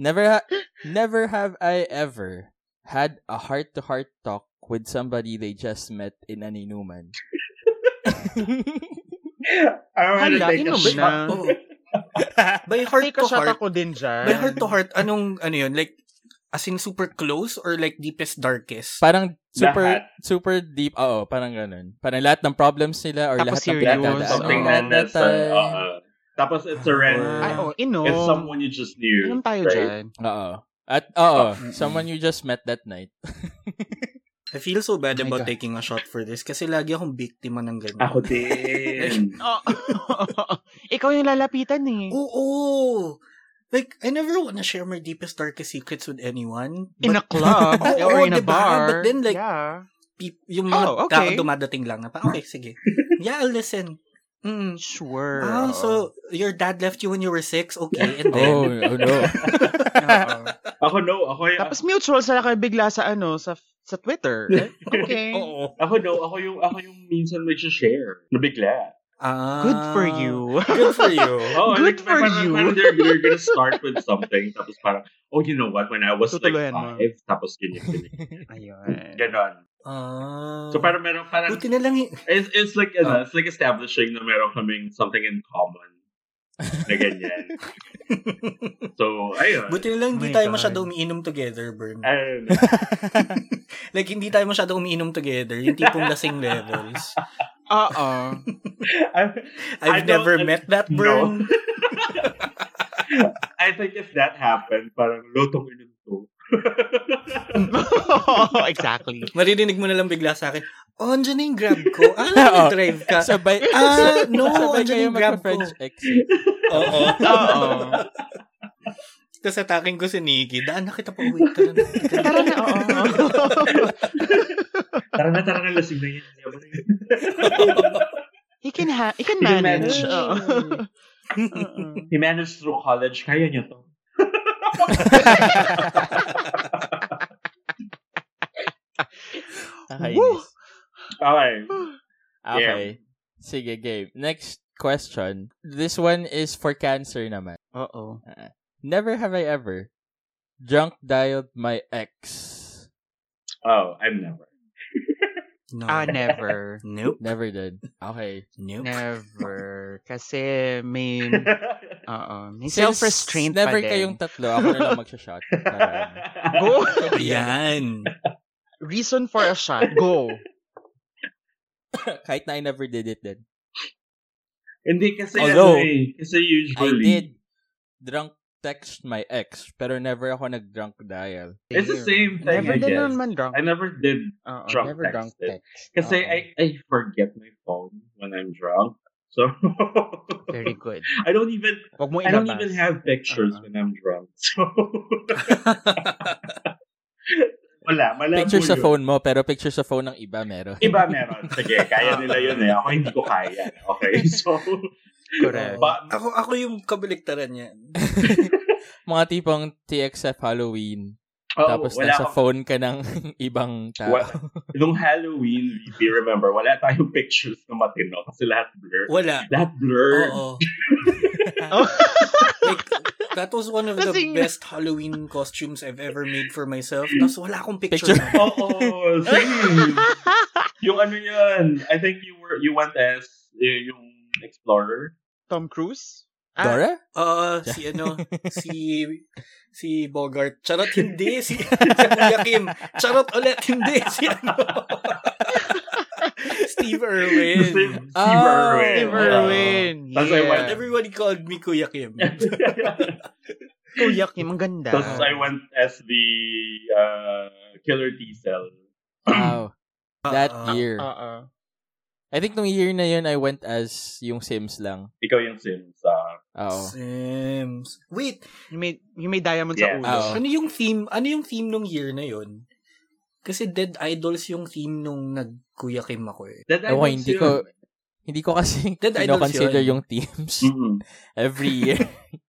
Speaker 2: Never ha- never have I ever had a heart-to-heart talk with somebody they just met in an inuman.
Speaker 1: I wanna
Speaker 4: Hala,
Speaker 1: take a
Speaker 4: inom
Speaker 1: shot.
Speaker 4: na.
Speaker 3: Oo. By heart
Speaker 4: Take
Speaker 3: to
Speaker 4: a shot
Speaker 3: heart.
Speaker 4: ako din dyan.
Speaker 3: By heart to heart, anong, ano yun, like, as in super close or like deepest darkest?
Speaker 2: Parang super
Speaker 1: Lahat.
Speaker 2: super deep. Oo, parang ganun. Parang lahat ng problems nila or lahat ng
Speaker 4: Tapos serious.
Speaker 2: pinagdadaanan
Speaker 1: Something
Speaker 4: Oo.
Speaker 1: that,
Speaker 2: nila
Speaker 1: that's
Speaker 2: time.
Speaker 1: uh, uh, tapos it's a random.
Speaker 4: Ay, oh, inom.
Speaker 1: It's someone you just knew.
Speaker 4: Inom tayo
Speaker 1: right?
Speaker 4: dyan.
Speaker 2: Oo. At
Speaker 1: Oh,
Speaker 2: oo,
Speaker 1: mm-mm.
Speaker 2: someone you just met that night.
Speaker 3: I feel so bad
Speaker 2: Oh my
Speaker 3: about
Speaker 2: God.
Speaker 3: taking a shot for this kasi lagi akong biktima ng ganyan.
Speaker 1: Ako din.
Speaker 4: Oh. Ikaw yung lalapitan eh.
Speaker 3: Oo! Like, I never want to share my deepest, darkest secrets with anyone.
Speaker 4: In a
Speaker 3: but-
Speaker 4: club
Speaker 3: Oo,
Speaker 4: or in a
Speaker 3: diba?
Speaker 4: bar.
Speaker 3: But then, like,
Speaker 4: yeah.
Speaker 3: peop- yung mga
Speaker 4: Oh,
Speaker 3: tao
Speaker 4: okay.
Speaker 3: dumadating lang na pa, okay, sige. Yeah, I'll listen. Mm.
Speaker 4: Sure.
Speaker 3: Ah,
Speaker 4: oo.
Speaker 3: so your dad left you when you were six? Okay, and then...
Speaker 2: Oh, oh no.
Speaker 4: Oo.
Speaker 1: Ako no, ako yung...
Speaker 4: Tapos mutual sila kayo bigla sa ano, sa sa Twitter. Eh, Okay.
Speaker 3: Oo.
Speaker 1: Ako no, ako yung, ako yung minsan nag-share. Nabigla.
Speaker 3: Ah,
Speaker 4: Good for you.
Speaker 3: Good for you.
Speaker 1: Oh,
Speaker 4: Good for
Speaker 1: parang,
Speaker 4: you.
Speaker 1: Parang they're, they're gonna start with something. tapos parang, oh, you know what? When I was
Speaker 4: Tutuloyan mo.
Speaker 1: like five, tapos ganyan, ganyan.
Speaker 4: Ayun.
Speaker 1: Ganon.
Speaker 3: Ah.
Speaker 1: So parang meron, parang,
Speaker 3: Buti na lang y-
Speaker 1: it's, it's like, ano,
Speaker 4: Ah.
Speaker 1: it's like establishing na meron kaming something in common. Na ganyan. so, ayun.
Speaker 3: Buti na lang hindi
Speaker 4: Oh My
Speaker 3: tayo
Speaker 4: God.
Speaker 3: masyado umiinom together, Bern.
Speaker 1: I don't know.
Speaker 3: like, hindi tayo masyado umiinom together. Yung tipong lasing levels.
Speaker 4: Oo.
Speaker 1: I- I
Speaker 3: I've
Speaker 1: don't-
Speaker 3: never met that, Bern.
Speaker 1: I think if that happened, parang lutong inunto.
Speaker 4: exactly.
Speaker 3: Maririnig mo na lang bigla sa akin, oh, andyan na yung grab ko. Ah,
Speaker 2: Oo.
Speaker 3: nag-drive ka.
Speaker 2: Sabay,
Speaker 3: Ah, no,
Speaker 2: sabay
Speaker 3: andyan
Speaker 2: kayo
Speaker 3: yung grab
Speaker 2: magpa-French
Speaker 3: ko.
Speaker 2: exit.
Speaker 3: Oo.
Speaker 4: Oo.
Speaker 3: Tapos atakin ko si Nikki. Daan na kita pa uwi. Tara na.
Speaker 4: Tara na, oo.
Speaker 1: Tara na, tara na, lasing na yan.
Speaker 4: He can, ha- he can
Speaker 1: He can manage.
Speaker 4: manage. Oo.
Speaker 1: He managed through college. Kaya niya to.
Speaker 2: Nakainis.
Speaker 4: Woo!
Speaker 1: Okay.
Speaker 2: Okay. Sige, game. Next question. This one is for cancer naman.
Speaker 4: Oo.
Speaker 2: Never have I ever drunk dialed my ex.
Speaker 1: Oh, I'm never.
Speaker 3: No.
Speaker 4: Ah, never.
Speaker 3: Nope.
Speaker 2: Never did. Okay.
Speaker 3: Nope.
Speaker 4: Never. Kasi may, oo, may
Speaker 2: Since
Speaker 4: self-restraint
Speaker 2: never
Speaker 4: pa din.
Speaker 2: kayong tatlo, ako na lang magsha-shot. Parang-
Speaker 4: Go.
Speaker 3: Yan.
Speaker 4: Reason for a shot. Go.
Speaker 2: Kahit na I never did it then.
Speaker 1: Hindi kasi
Speaker 2: Although,
Speaker 1: ano eh, kasi
Speaker 2: I
Speaker 1: usually
Speaker 2: did drunk text my ex, pero never ako nag-drunk dial.
Speaker 1: It's the same thing,
Speaker 4: Never
Speaker 1: I
Speaker 4: din
Speaker 1: guess.
Speaker 4: naman drunk.
Speaker 1: I never did
Speaker 4: Oo.
Speaker 1: drunk
Speaker 2: never
Speaker 1: texted.
Speaker 2: drunk text.
Speaker 1: kasi
Speaker 2: Oo.
Speaker 1: I I forget my phone when I'm drunk. So
Speaker 4: Very good.
Speaker 1: I don't even
Speaker 4: Wag mo
Speaker 1: I don't
Speaker 4: ilabas.
Speaker 1: even have pictures
Speaker 4: Uh-huh.
Speaker 1: when I'm drunk. So wala, malabo
Speaker 2: Picture sa
Speaker 1: yun.
Speaker 2: phone mo, pero picture sa phone ng iba meron.
Speaker 1: Iba meron. Sige, kaya nila yun eh. Ako hindi ko kaya. Okay, so...
Speaker 4: Correct.
Speaker 1: Ba-
Speaker 3: Ako, ako yung kabaliktaran niya.
Speaker 2: Mga tipong TXF Halloween,
Speaker 1: oo,
Speaker 2: tapos
Speaker 1: oh, wala
Speaker 2: nasa
Speaker 1: akong-
Speaker 2: phone ka ng ibang tao.
Speaker 1: Wa- nung Halloween, if you remember, wala tayong pictures na matino kasi lahat blur.
Speaker 3: Wala.
Speaker 1: Lahat blur.
Speaker 3: Oo.
Speaker 4: Oh.
Speaker 3: Like, that was one of the
Speaker 4: Kasi-
Speaker 3: best Halloween costumes I've ever made for myself. Tapos wala akong picture.
Speaker 2: Picture.
Speaker 3: nun.
Speaker 1: Oo, same. yung ano yun, I think you were you went as y- yung explorer.
Speaker 4: Tom Cruise? Ah,
Speaker 2: Dora?
Speaker 3: Oo, si ano, si si Bogart. Charot, hindi. Si, si Kuya Kim. Charot ulit, hindi. Si ano. Steve Irwin.
Speaker 1: Steve, Steve
Speaker 2: Oh,
Speaker 1: Irwin.
Speaker 4: Steve
Speaker 1: Oo.
Speaker 4: Irwin.
Speaker 1: Tapos I went
Speaker 4: Yeah.
Speaker 3: Everybody called me Kuya Kim.
Speaker 4: Kuya Kim, ang ganda.
Speaker 1: Tapos I went as the uh, killer T-cell. Ah.
Speaker 2: Wow. That
Speaker 3: Uh-uh.
Speaker 2: year.
Speaker 4: Oo.
Speaker 2: I think nung year na yun, I went as yung Sims lang.
Speaker 1: Ikaw yung Sims. ah.
Speaker 2: Oo.
Speaker 3: Sims. Wait,
Speaker 4: You may, you may diamond
Speaker 1: Yeah.
Speaker 4: sa ulo.
Speaker 2: Oo.
Speaker 3: Ano yung theme? Ano yung theme nung year na yon? Kasi Dead Idols yung theme nung nag-Kuya Kim ako eh.
Speaker 1: That I
Speaker 2: Ewan ko,
Speaker 1: was
Speaker 2: hindi
Speaker 1: yun.
Speaker 2: ko, hindi ko kasi
Speaker 3: Dead Idols
Speaker 2: kino-consider
Speaker 3: yun.
Speaker 2: yung teams
Speaker 1: Mm-mm.
Speaker 2: every year.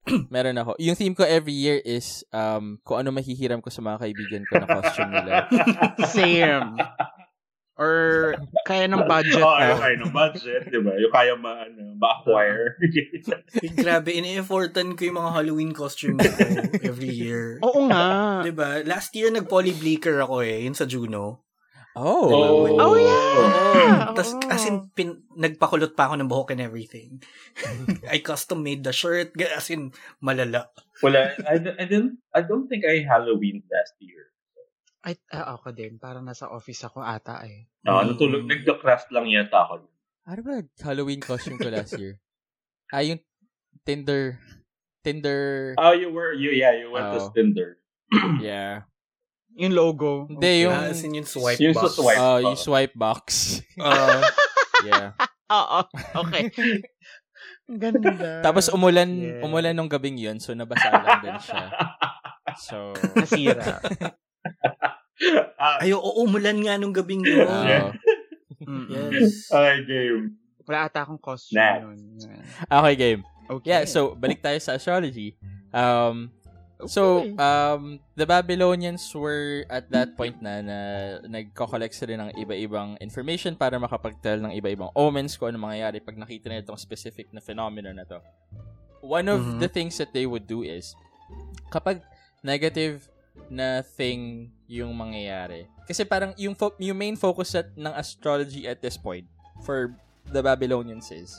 Speaker 2: Meron ako. Yung theme ko every year is um kung ano mahihiram ko sa mga kaibigan ko na costume nila.
Speaker 4: Same. Or kaya ng budget ah.
Speaker 1: Oo, yung
Speaker 4: mo.
Speaker 1: kaya ng budget, di ba? Yung kaya ma, ano, ma-acquire.
Speaker 3: Uy, Grabe, ini-effortan ko yung mga Halloween costumes ko every year.
Speaker 4: Oo nga.
Speaker 3: 'Di ba? Diba? Last year nag-poly bleaker ako eh, yun sa Juno.
Speaker 2: Oh.
Speaker 4: Oh, yeah. Ah, Oh. Oo.
Speaker 3: Tapos as in pin, nagpakulot pa ako ng buhok and everything. I custom made the shirt, g- as in malala.
Speaker 1: Wala, I, d- I didn't, I don't think I Halloween last year.
Speaker 4: Ay, ah, ako din. Parang nasa office ako ata eh.
Speaker 1: No,
Speaker 3: Mm.
Speaker 1: Ah, natulog, nagda-craft lang yata ako.
Speaker 2: Ano ba Halloween costume ko last year? ah, yung Tinder. Tinder.
Speaker 1: Oh, you were, you, yeah, you went
Speaker 2: Oh.
Speaker 1: to Tinder.
Speaker 2: Yeah.
Speaker 4: Yung logo.
Speaker 2: Hindi, yung...
Speaker 3: Ah, as in yung swipe
Speaker 1: Yung
Speaker 3: box.
Speaker 1: sa swipe.
Speaker 2: Oh, yung swipe box.
Speaker 3: Ah,
Speaker 2: yeah.
Speaker 4: Oo. Okay. Ang Ganda.
Speaker 2: Tapos um- umulan,
Speaker 4: Yeah.
Speaker 2: umulan nung gabing yun, so nabasa lang din siya. So,
Speaker 4: nasira.
Speaker 1: Ah,
Speaker 3: Ay, oo, umulan nga nung gabing yun.
Speaker 2: oo.
Speaker 1: Yeah.
Speaker 4: Mm-mm.
Speaker 3: Yes.
Speaker 1: okay, game.
Speaker 4: Wala ata akong costume
Speaker 1: Next.
Speaker 4: nun.
Speaker 2: okay game.
Speaker 4: Okay.
Speaker 2: Yeah, so balik tayo sa astrology. Um, So,
Speaker 4: Okay.
Speaker 2: um, the Babylonians were at that point na, na nagko-collect sila ng iba-ibang information para makapagtell ng iba-ibang omens kung ano mangyayari pag nakita nila itong specific na phenomenon na to. One of
Speaker 3: Mhm.
Speaker 2: the things that they would do is, kapag negative na thing yung mangyayari, kasi parang yung, fo- yung main focus at, ng astrology at this point for the Babylonians is,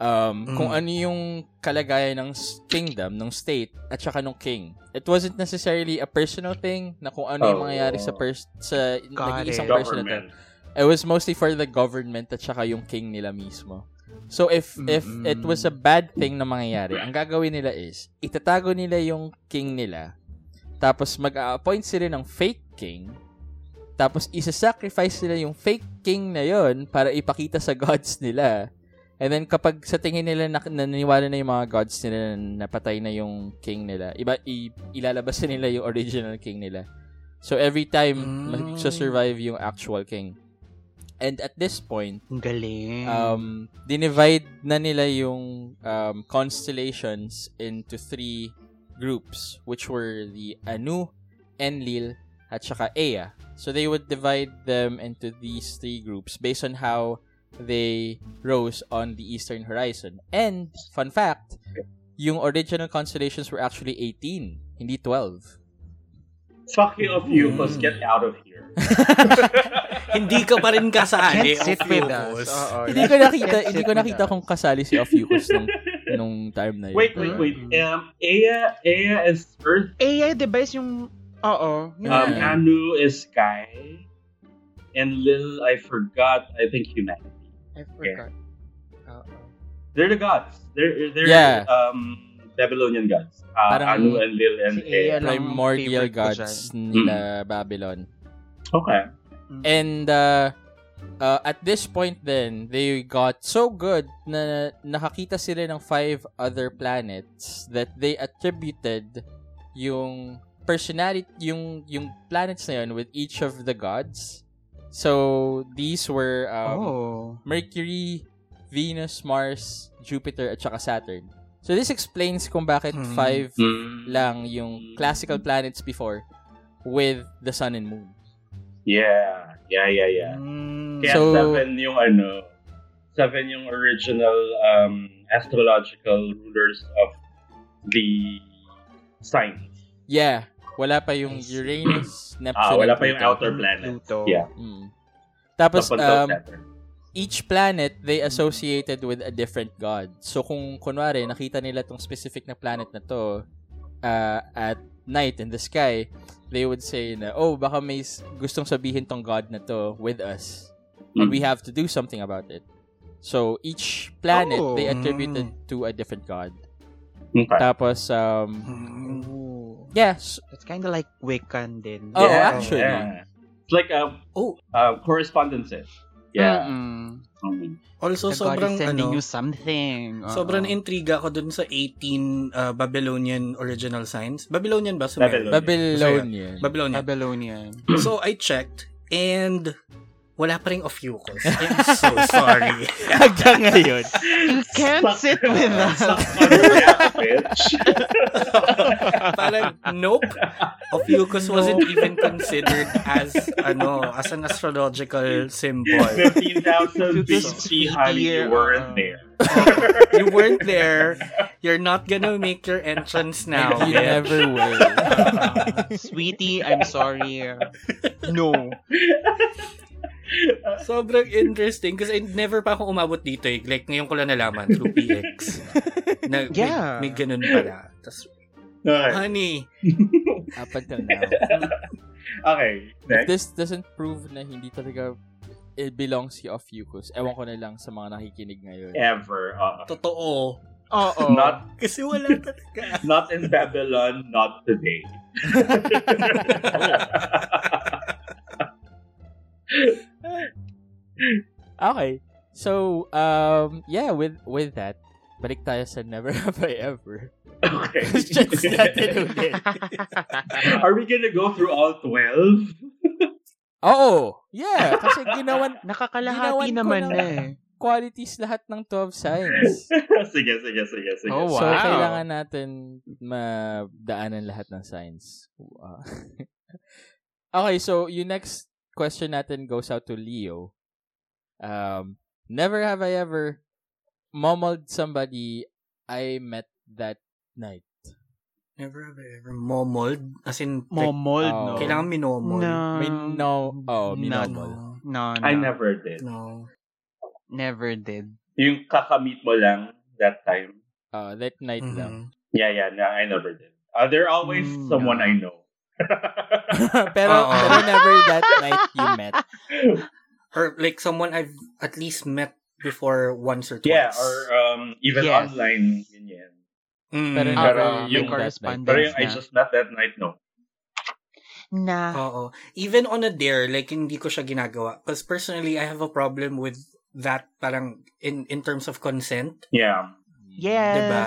Speaker 2: um,
Speaker 3: Mhm.
Speaker 2: kung ano yung kalagayan ng s- kingdom, ng state, at saka ng king. It wasn't necessarily a personal thing na kung ano yung
Speaker 1: Oh.
Speaker 2: mangyayari sa, pers- sa
Speaker 4: Got
Speaker 2: nag-iisang
Speaker 4: it.
Speaker 2: person na to.
Speaker 1: Government.
Speaker 2: It was mostly for the government at saka yung king nila mismo. So if if
Speaker 4: Mm-mm.
Speaker 2: it was a bad thing na mangyayari, ang gagawin nila is itatago nila yung king nila. Tapos mag-appoint sila ng fake king. Tapos isa-sacrifice nila yung fake king na yon para ipakita sa gods nila. And then kapag sa tingin nila nak- naniniwala na yung mga gods nila na napatay na yung king nila, iba i- ilalabas na nila yung original king nila. So every time
Speaker 3: Mm.
Speaker 2: magsusurvive yung actual king. And at this point,
Speaker 4: Ang galing.
Speaker 2: um, dinivide na nila yung um, constellations into three groups, which were the Anu, Enlil, at saka Ea. So they would divide them into these three groups based on how they rose on the eastern horizon. And, fun fact, yung original constellations were actually 18, hindi 12.
Speaker 1: Fuck you of you, cause get
Speaker 2: Mm.
Speaker 1: out of here.
Speaker 3: Hindi ka pa rin Eh, kasali.
Speaker 4: Can't sit
Speaker 3: of
Speaker 4: with
Speaker 3: course.
Speaker 4: us. Oo,
Speaker 2: hindi ko
Speaker 4: can't
Speaker 2: nakita,
Speaker 4: sit
Speaker 2: hindi ko
Speaker 4: with
Speaker 2: nakita
Speaker 4: us.
Speaker 2: kung kasali si Ophiuchus nung, nung time na yun.
Speaker 1: wait, wait, wait.
Speaker 2: Mm.
Speaker 1: Um, Ea, Ea is Earth.
Speaker 4: AI device yung... Oo. yun
Speaker 1: Um,
Speaker 4: na.
Speaker 1: Anu is Sky. And Lil, I forgot. I think humanity.
Speaker 4: I forgot.
Speaker 2: Um,
Speaker 4: Oo.
Speaker 1: They're the gods. They're they're
Speaker 2: Yeah.
Speaker 1: um Babylonian gods. Uh,
Speaker 2: Parang-
Speaker 1: Anu and Lil and
Speaker 4: Si
Speaker 1: Ea.
Speaker 4: Ea lang.
Speaker 2: primordial
Speaker 4: favorite ko
Speaker 2: gods nila Babylon.
Speaker 1: Okay.
Speaker 2: And uh, uh, at this point then, they got so good na nakakita sila ng five other planets that they attributed yung personality yung yung planets na yun with each of the gods. So these were um,
Speaker 4: oh.
Speaker 2: Mercury, Venus, Mars, Jupiter at saka Saturn. So this explains kung bakit
Speaker 3: Hmm.
Speaker 2: five
Speaker 1: Mm.
Speaker 2: lang yung classical planets before with the sun and moon.
Speaker 1: Yeah. Yeah, yeah, yeah.
Speaker 3: Mm.
Speaker 1: Kaya
Speaker 2: So-
Speaker 1: seven yung ano, seven yung original um, astrological rulers of the signs.
Speaker 2: Yeah, wala pa yung Uranus, Neptune.
Speaker 1: Ah, wala
Speaker 2: and
Speaker 1: pa yung
Speaker 2: Pluto.
Speaker 1: outer planet.
Speaker 4: Pluto.
Speaker 1: Yeah.
Speaker 2: Mm. Tapos
Speaker 1: Papunta
Speaker 2: um,
Speaker 1: Saturn.
Speaker 2: each planet they associated with a different god. So kung kunwari nakita nila tong specific na planet na to uh, at night in the sky, they would say na oh baka may s- gustong sabihin tong god na to with us and
Speaker 1: Mm.
Speaker 2: we have to do something about it. So each planet
Speaker 4: Oh.
Speaker 2: they attributed to a different god.
Speaker 1: Okay.
Speaker 2: Tapos um
Speaker 3: Mm.
Speaker 4: Hmm. Ooh.
Speaker 2: yes,
Speaker 4: That's kind of like Wiccan din.
Speaker 2: Oh, Yeah. actually.
Speaker 1: Yeah. It's like a
Speaker 3: Oh.
Speaker 1: uh, correspondences. Yeah.
Speaker 4: Mm-mm.
Speaker 1: Mm.
Speaker 3: Also,
Speaker 4: The
Speaker 3: sobrang,
Speaker 4: God is sending Ah.
Speaker 3: ano,
Speaker 4: you something. Oo.
Speaker 3: sobrang intriga ako dun sa 18 uh, Babylonian original signs. Babylonian ba?
Speaker 1: Babylon.
Speaker 3: Sumerian?
Speaker 2: Babylonian.
Speaker 3: Babylonian.
Speaker 4: Babylonian.
Speaker 3: So, I checked, and wala pa rin of you, course. I'm so sorry.
Speaker 2: Hanggang ngayon.
Speaker 4: You can't
Speaker 1: Suck-
Speaker 4: sit with
Speaker 1: uh,
Speaker 4: us.
Speaker 1: suck on that, bitch.
Speaker 3: Parang, nope. Ophiuchus wasn't even considered as, ano, as an astrological symbol.
Speaker 1: 15,000
Speaker 4: To this
Speaker 1: BC, honey,
Speaker 4: year,
Speaker 1: you weren't
Speaker 2: Uh-uh.
Speaker 4: uh,
Speaker 1: there.
Speaker 3: You weren't there. You're not gonna make your entrance now.
Speaker 2: You
Speaker 3: bitch.
Speaker 2: never will.
Speaker 4: Sweetie, I'm sorry. No.
Speaker 1: Uh,
Speaker 3: Sobrang interesting kasi never pa ako umabot dito eh. Like, ngayon ko lang nalaman through PX. Na, may-
Speaker 4: Yeah.
Speaker 3: May, ganun pala. Tas,
Speaker 1: Okay.
Speaker 3: honey,
Speaker 2: Up until now.
Speaker 1: okay.
Speaker 2: If
Speaker 1: Next.
Speaker 2: this doesn't prove na hindi talaga it belongs si Ophiuchus, ewan ko na lang sa mga nakikinig ngayon.
Speaker 1: Ever. Uh,
Speaker 3: totoo.
Speaker 4: Oo.
Speaker 1: Not
Speaker 3: Kasi wala talaga.
Speaker 1: Not in Babylon, not today.
Speaker 2: Okay. So, um, yeah, with with that, Balik tayo sa Never Have I Ever.
Speaker 1: Okay.
Speaker 2: Questions natin ulit.
Speaker 1: Are we gonna go through all 12?
Speaker 2: Oo! Yeah! Kasi ginawan
Speaker 4: Nakakalahati
Speaker 2: Ginawan ko
Speaker 4: naman
Speaker 2: na-
Speaker 4: na eh.
Speaker 2: qualities lahat ng 12 signs.
Speaker 1: sige, sige, sige, sige.
Speaker 4: Oh,
Speaker 2: So,
Speaker 4: Wow.
Speaker 2: kailangan natin madaanan lahat ng signs. Wow. okay, so yung next question natin goes out to Leo. Um, never have I ever momoled somebody I met that night.
Speaker 3: Never have I ever momold. As in, like,
Speaker 4: Momold,
Speaker 2: Oh.
Speaker 4: no?
Speaker 3: kailangan minomol.
Speaker 4: No.
Speaker 2: May no, oh, minomol.
Speaker 3: No.
Speaker 4: No, no.
Speaker 1: I never did.
Speaker 3: No.
Speaker 4: Never did.
Speaker 1: Yung kakamit mo lang that time.
Speaker 2: Uh, that night lang.
Speaker 3: Mhm.
Speaker 1: Yeah, yeah, no, I never did. Uh, they're always
Speaker 4: Mm,
Speaker 1: someone
Speaker 4: no.
Speaker 1: I know.
Speaker 2: pero,
Speaker 3: Oo.
Speaker 2: pero
Speaker 4: Oh.
Speaker 2: never that night you met.
Speaker 3: Or like someone I've at least met before once or twice.
Speaker 1: yeah, or um, even
Speaker 4: Yes.
Speaker 1: online. Ganyan.
Speaker 3: Mm.
Speaker 2: Pero
Speaker 1: Ah,
Speaker 2: never
Speaker 1: ah, may
Speaker 2: yung that night.
Speaker 4: correspondence.
Speaker 1: Pero yung I
Speaker 4: na.
Speaker 1: just met that night, no.
Speaker 4: Na.
Speaker 3: Oo. Even on a dare, like, hindi ko siya ginagawa. Because personally, I have a problem with that parang in, in terms of consent.
Speaker 1: Yeah.
Speaker 4: Yes.
Speaker 3: Diba?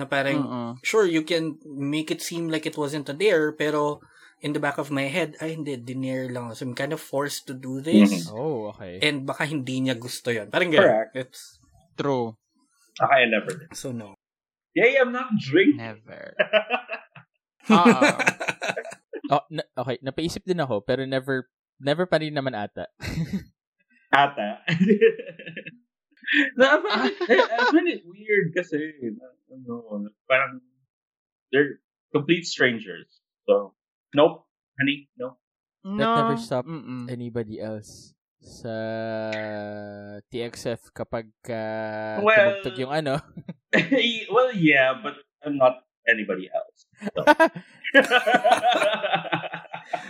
Speaker 3: Na parang,
Speaker 4: Mm-mm.
Speaker 3: sure, you can make it seem like it wasn't a dare, pero in the back of my head, ay, hindi, dinare lang. So, I'm kind of forced to do
Speaker 1: Mm-hmm.
Speaker 3: this.
Speaker 2: Oh, okay.
Speaker 3: And baka hindi niya gusto yon Parang
Speaker 1: Eh.
Speaker 3: ganun.
Speaker 1: Correct.
Speaker 3: It's,
Speaker 4: True.
Speaker 1: Okay, I never did.
Speaker 3: so, no.
Speaker 1: Yay, I'm not drinking.
Speaker 4: Never. Oo.
Speaker 1: Ah.
Speaker 2: Oh, na- okay, napaisip din ako, pero never, never pa rin naman ata.
Speaker 1: Ata. no, I find, it, I find it weird kasi, ano, parang, they're complete strangers. So, nope, honey, no.
Speaker 4: no.
Speaker 2: never stopped
Speaker 4: Mm-mm.
Speaker 2: Anybody else? Sa TXF kapag uh,
Speaker 1: Well-
Speaker 2: tumugtog yung ano.
Speaker 1: well, yeah, but I'm not anybody else. So.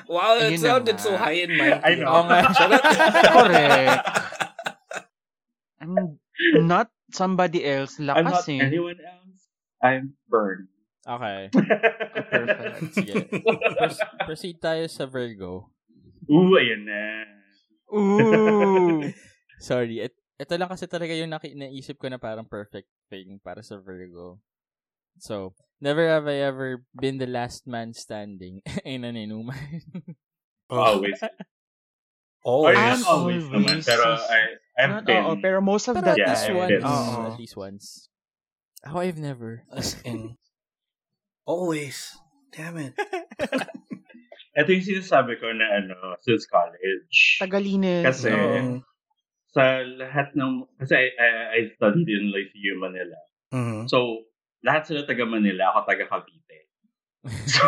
Speaker 3: Wow,
Speaker 4: Ayun
Speaker 3: it
Speaker 4: na
Speaker 3: sounded
Speaker 4: nga.
Speaker 3: so high and
Speaker 1: I
Speaker 3: mighty.
Speaker 1: know.
Speaker 2: Oo
Speaker 4: Oh,
Speaker 2: nga.
Speaker 4: Correct. I'm not somebody else.
Speaker 1: I'm not
Speaker 4: Lakas eh.
Speaker 1: anyone else. I'm burned.
Speaker 2: Okay.
Speaker 1: Perfect.
Speaker 2: Sige. Pros- proceed tayo sa Virgo.
Speaker 1: Ooh, ayun na.
Speaker 4: Ooh.
Speaker 2: Sorry. Et- ito lang kasi talaga yung naki- naisip ko na parang perfect thing para sa Virgo. So, never have I ever been the last man standing in an inuman.
Speaker 3: Um,
Speaker 1: Always.
Speaker 3: Oh,
Speaker 1: Or
Speaker 4: I'm
Speaker 1: not always naman.
Speaker 4: always-
Speaker 1: Pero I, I've
Speaker 4: Oh, Not,
Speaker 1: been.
Speaker 4: oo, pero most of
Speaker 2: Pero at
Speaker 4: the
Speaker 1: Yeah,
Speaker 2: least
Speaker 1: I've
Speaker 4: time.
Speaker 1: been.
Speaker 2: once.
Speaker 4: Oo.
Speaker 2: At least once. Ako, I've never.
Speaker 3: As in, always. Damn it.
Speaker 1: Ito yung sinasabi ko na ano, since college.
Speaker 4: Tagalines.
Speaker 1: Kasi-
Speaker 3: Um,
Speaker 4: oo.
Speaker 1: sa lahat ng, kasi I, I, I studied in Liceo, Manila.
Speaker 3: Mhm.
Speaker 1: So, lahat sila taga Manila, ako taga Cavite. So,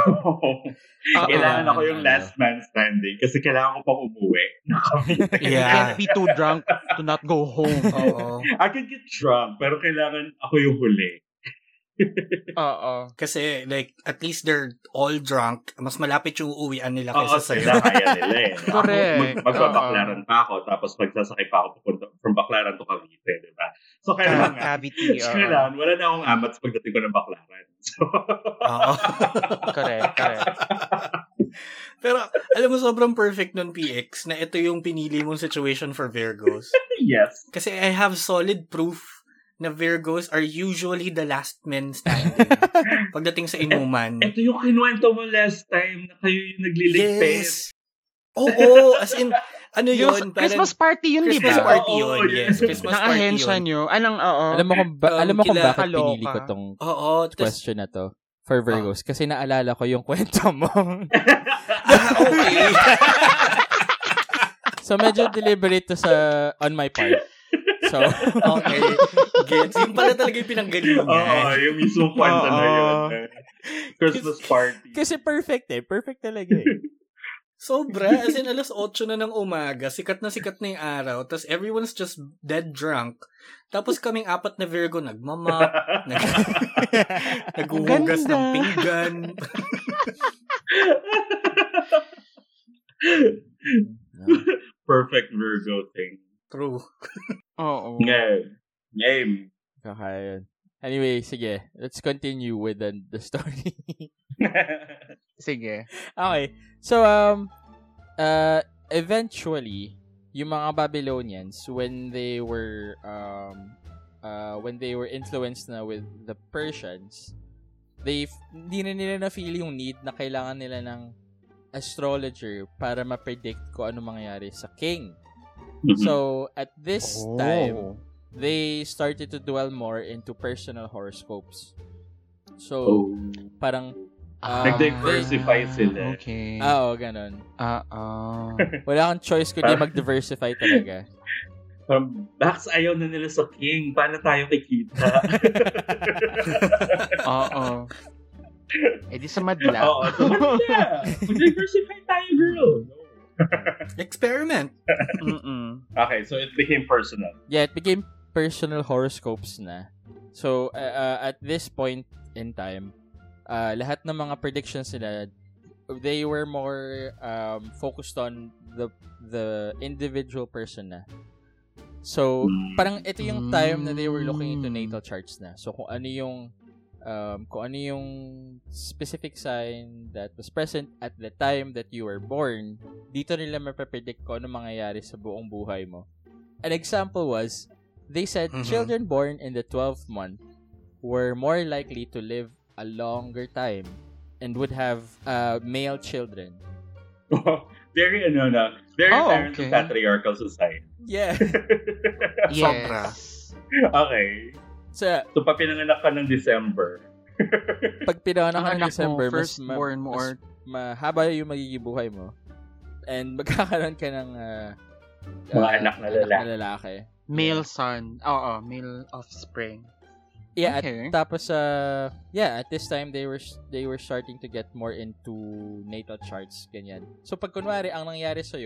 Speaker 1: kailangan ako yung last man standing kasi kailangan ko pang umuwi ng Cavite.
Speaker 4: You
Speaker 3: Yeah.
Speaker 4: can't be too drunk to not go home.
Speaker 3: Oo.
Speaker 1: I can get drunk, pero kailangan ako yung huli.
Speaker 4: Oo.
Speaker 3: Kasi, like, at least they're all drunk. Mas malapit yung uuwian nila
Speaker 1: Oo,
Speaker 3: kaysa sa'yo.
Speaker 1: sila kaya nila eh.
Speaker 4: Correct.
Speaker 1: Mag- magbabaklaran pa ako, tapos magsasakay pa ako papunta from Baklaran to Cavite, di ba? So, kailangan,
Speaker 4: Cavity.
Speaker 1: so,
Speaker 4: oo.
Speaker 1: kailangan, wala na akong amats pagdating ko ng Baklaran. So,
Speaker 3: Oo.
Speaker 4: Correct, correct.
Speaker 3: Pero, alam mo, sobrang perfect nun, PX, na ito yung pinili mong situation for Virgos.
Speaker 1: yes.
Speaker 3: Kasi I have solid proof na Virgos are usually the last men standing pagdating sa inuman.
Speaker 1: Ito yung kinuwento mo last time na kayo yung nagliligtas.
Speaker 3: Yes! Oo, as in, ano
Speaker 4: Yung
Speaker 3: yun? parang-
Speaker 4: Christmas party yun, di
Speaker 3: Christmas
Speaker 1: diba?
Speaker 4: ba?
Speaker 3: party
Speaker 1: Oo,
Speaker 3: yun,
Speaker 1: yun.
Speaker 3: yes. Christmas
Speaker 4: Ang
Speaker 3: party
Speaker 4: ahensya
Speaker 3: yun.
Speaker 4: nyo. Anong, oo.
Speaker 2: Alam mo kung ba-
Speaker 3: Um,
Speaker 2: alam mo kung
Speaker 3: kila-
Speaker 2: bakit pinili ko
Speaker 4: kaloka.
Speaker 2: tong
Speaker 3: Oo. tas-
Speaker 2: question na to for Virgos kasi naalala ko yung kwento mo.
Speaker 3: Ah, okay.
Speaker 2: so medyo deliberate to sa on my part. So
Speaker 3: Okay. Gets. Yung pala talaga yung pinanggalingan.
Speaker 1: Oo, yung mismo kwento na yun. eh.
Speaker 4: Oo.
Speaker 1: Christmas party.
Speaker 2: kasi perfect eh, perfect talaga eh.
Speaker 3: Sobra. As in, alas 8 na ng umaga. Sikat na sikat na yung araw. Tapos everyone's just dead drunk. Tapos kaming apat na Virgo, nagmama, nag naghuhugas ng
Speaker 4: Ganda.
Speaker 3: pinggan.
Speaker 1: Perfect Virgo thing.
Speaker 3: True.
Speaker 4: Oo.
Speaker 1: Ngayon. Game.
Speaker 2: Kakayan. Anyway, sige. Let's continue with the, the story.
Speaker 4: Sige.
Speaker 2: okay. So um uh eventually yung mga Babylonians when they were um uh, when they were influenced na with the Persians, they f- hindi na nila na feel yung need na kailangan nila ng astrologer para ma-predict kung ano mangyayari sa king.
Speaker 1: Mhm.
Speaker 2: So, at this
Speaker 4: Oh.
Speaker 2: time, they started to dwell more into personal horoscopes. So,
Speaker 1: Oh.
Speaker 2: parang
Speaker 4: Ah,
Speaker 1: Nag-diversify sila.
Speaker 4: Okay.
Speaker 2: Ah, oo, ganun.
Speaker 4: Ah, ah.
Speaker 2: Wala kang choice kundi
Speaker 1: Ah.
Speaker 2: mag-diversify talaga.
Speaker 1: Um, Bax, ayaw na nila sa king. Paano tayo kikita?
Speaker 4: Oo. Eh di sa madla.
Speaker 1: Oo, so yeah. Mag-diversify tayo, girl.
Speaker 3: Experiment.
Speaker 4: Mm-mm.
Speaker 1: Okay, so it became personal.
Speaker 2: Yeah, it became personal horoscopes na. So, uh, uh, at this point in time, uh, lahat ng mga predictions nila, they were more um, focused on the the individual person na. So, parang ito yung time na they were looking into
Speaker 4: Mm.
Speaker 2: natal charts na. So kung ano yung um, kung ano yung specific sign that was present at the time that you were born, dito nila mapapredict kung ano mangyayari sa buong buhay mo. An example was, they said
Speaker 3: Mhm.
Speaker 2: children born in the 12th month were more likely to live a longer time and would have uh, male children.
Speaker 1: very, ano na, very
Speaker 4: Oh,
Speaker 1: parent
Speaker 4: okay.
Speaker 1: patriarchal society.
Speaker 2: Yeah.
Speaker 3: Sobra.
Speaker 4: Yes.
Speaker 1: okay.
Speaker 2: so,
Speaker 1: So, papinanganak ka ng December.
Speaker 2: pag pinawanak
Speaker 4: Ang
Speaker 2: ka ng
Speaker 4: anak mo,
Speaker 2: December, mas,
Speaker 4: first
Speaker 2: ma-
Speaker 4: born mo or...
Speaker 2: mahaba yung magiging buhay mo and magkakaroon ka ng ah,
Speaker 1: Mga
Speaker 2: ah,
Speaker 1: anak na lalaki.
Speaker 2: lalaki.
Speaker 4: Male son. Oo, male offspring.
Speaker 2: Yeah,
Speaker 4: Okay.
Speaker 2: at tapos ah, yeah, at this time they were they were starting to get more into natal charts ganyan. So pag kunwari ang nangyari sa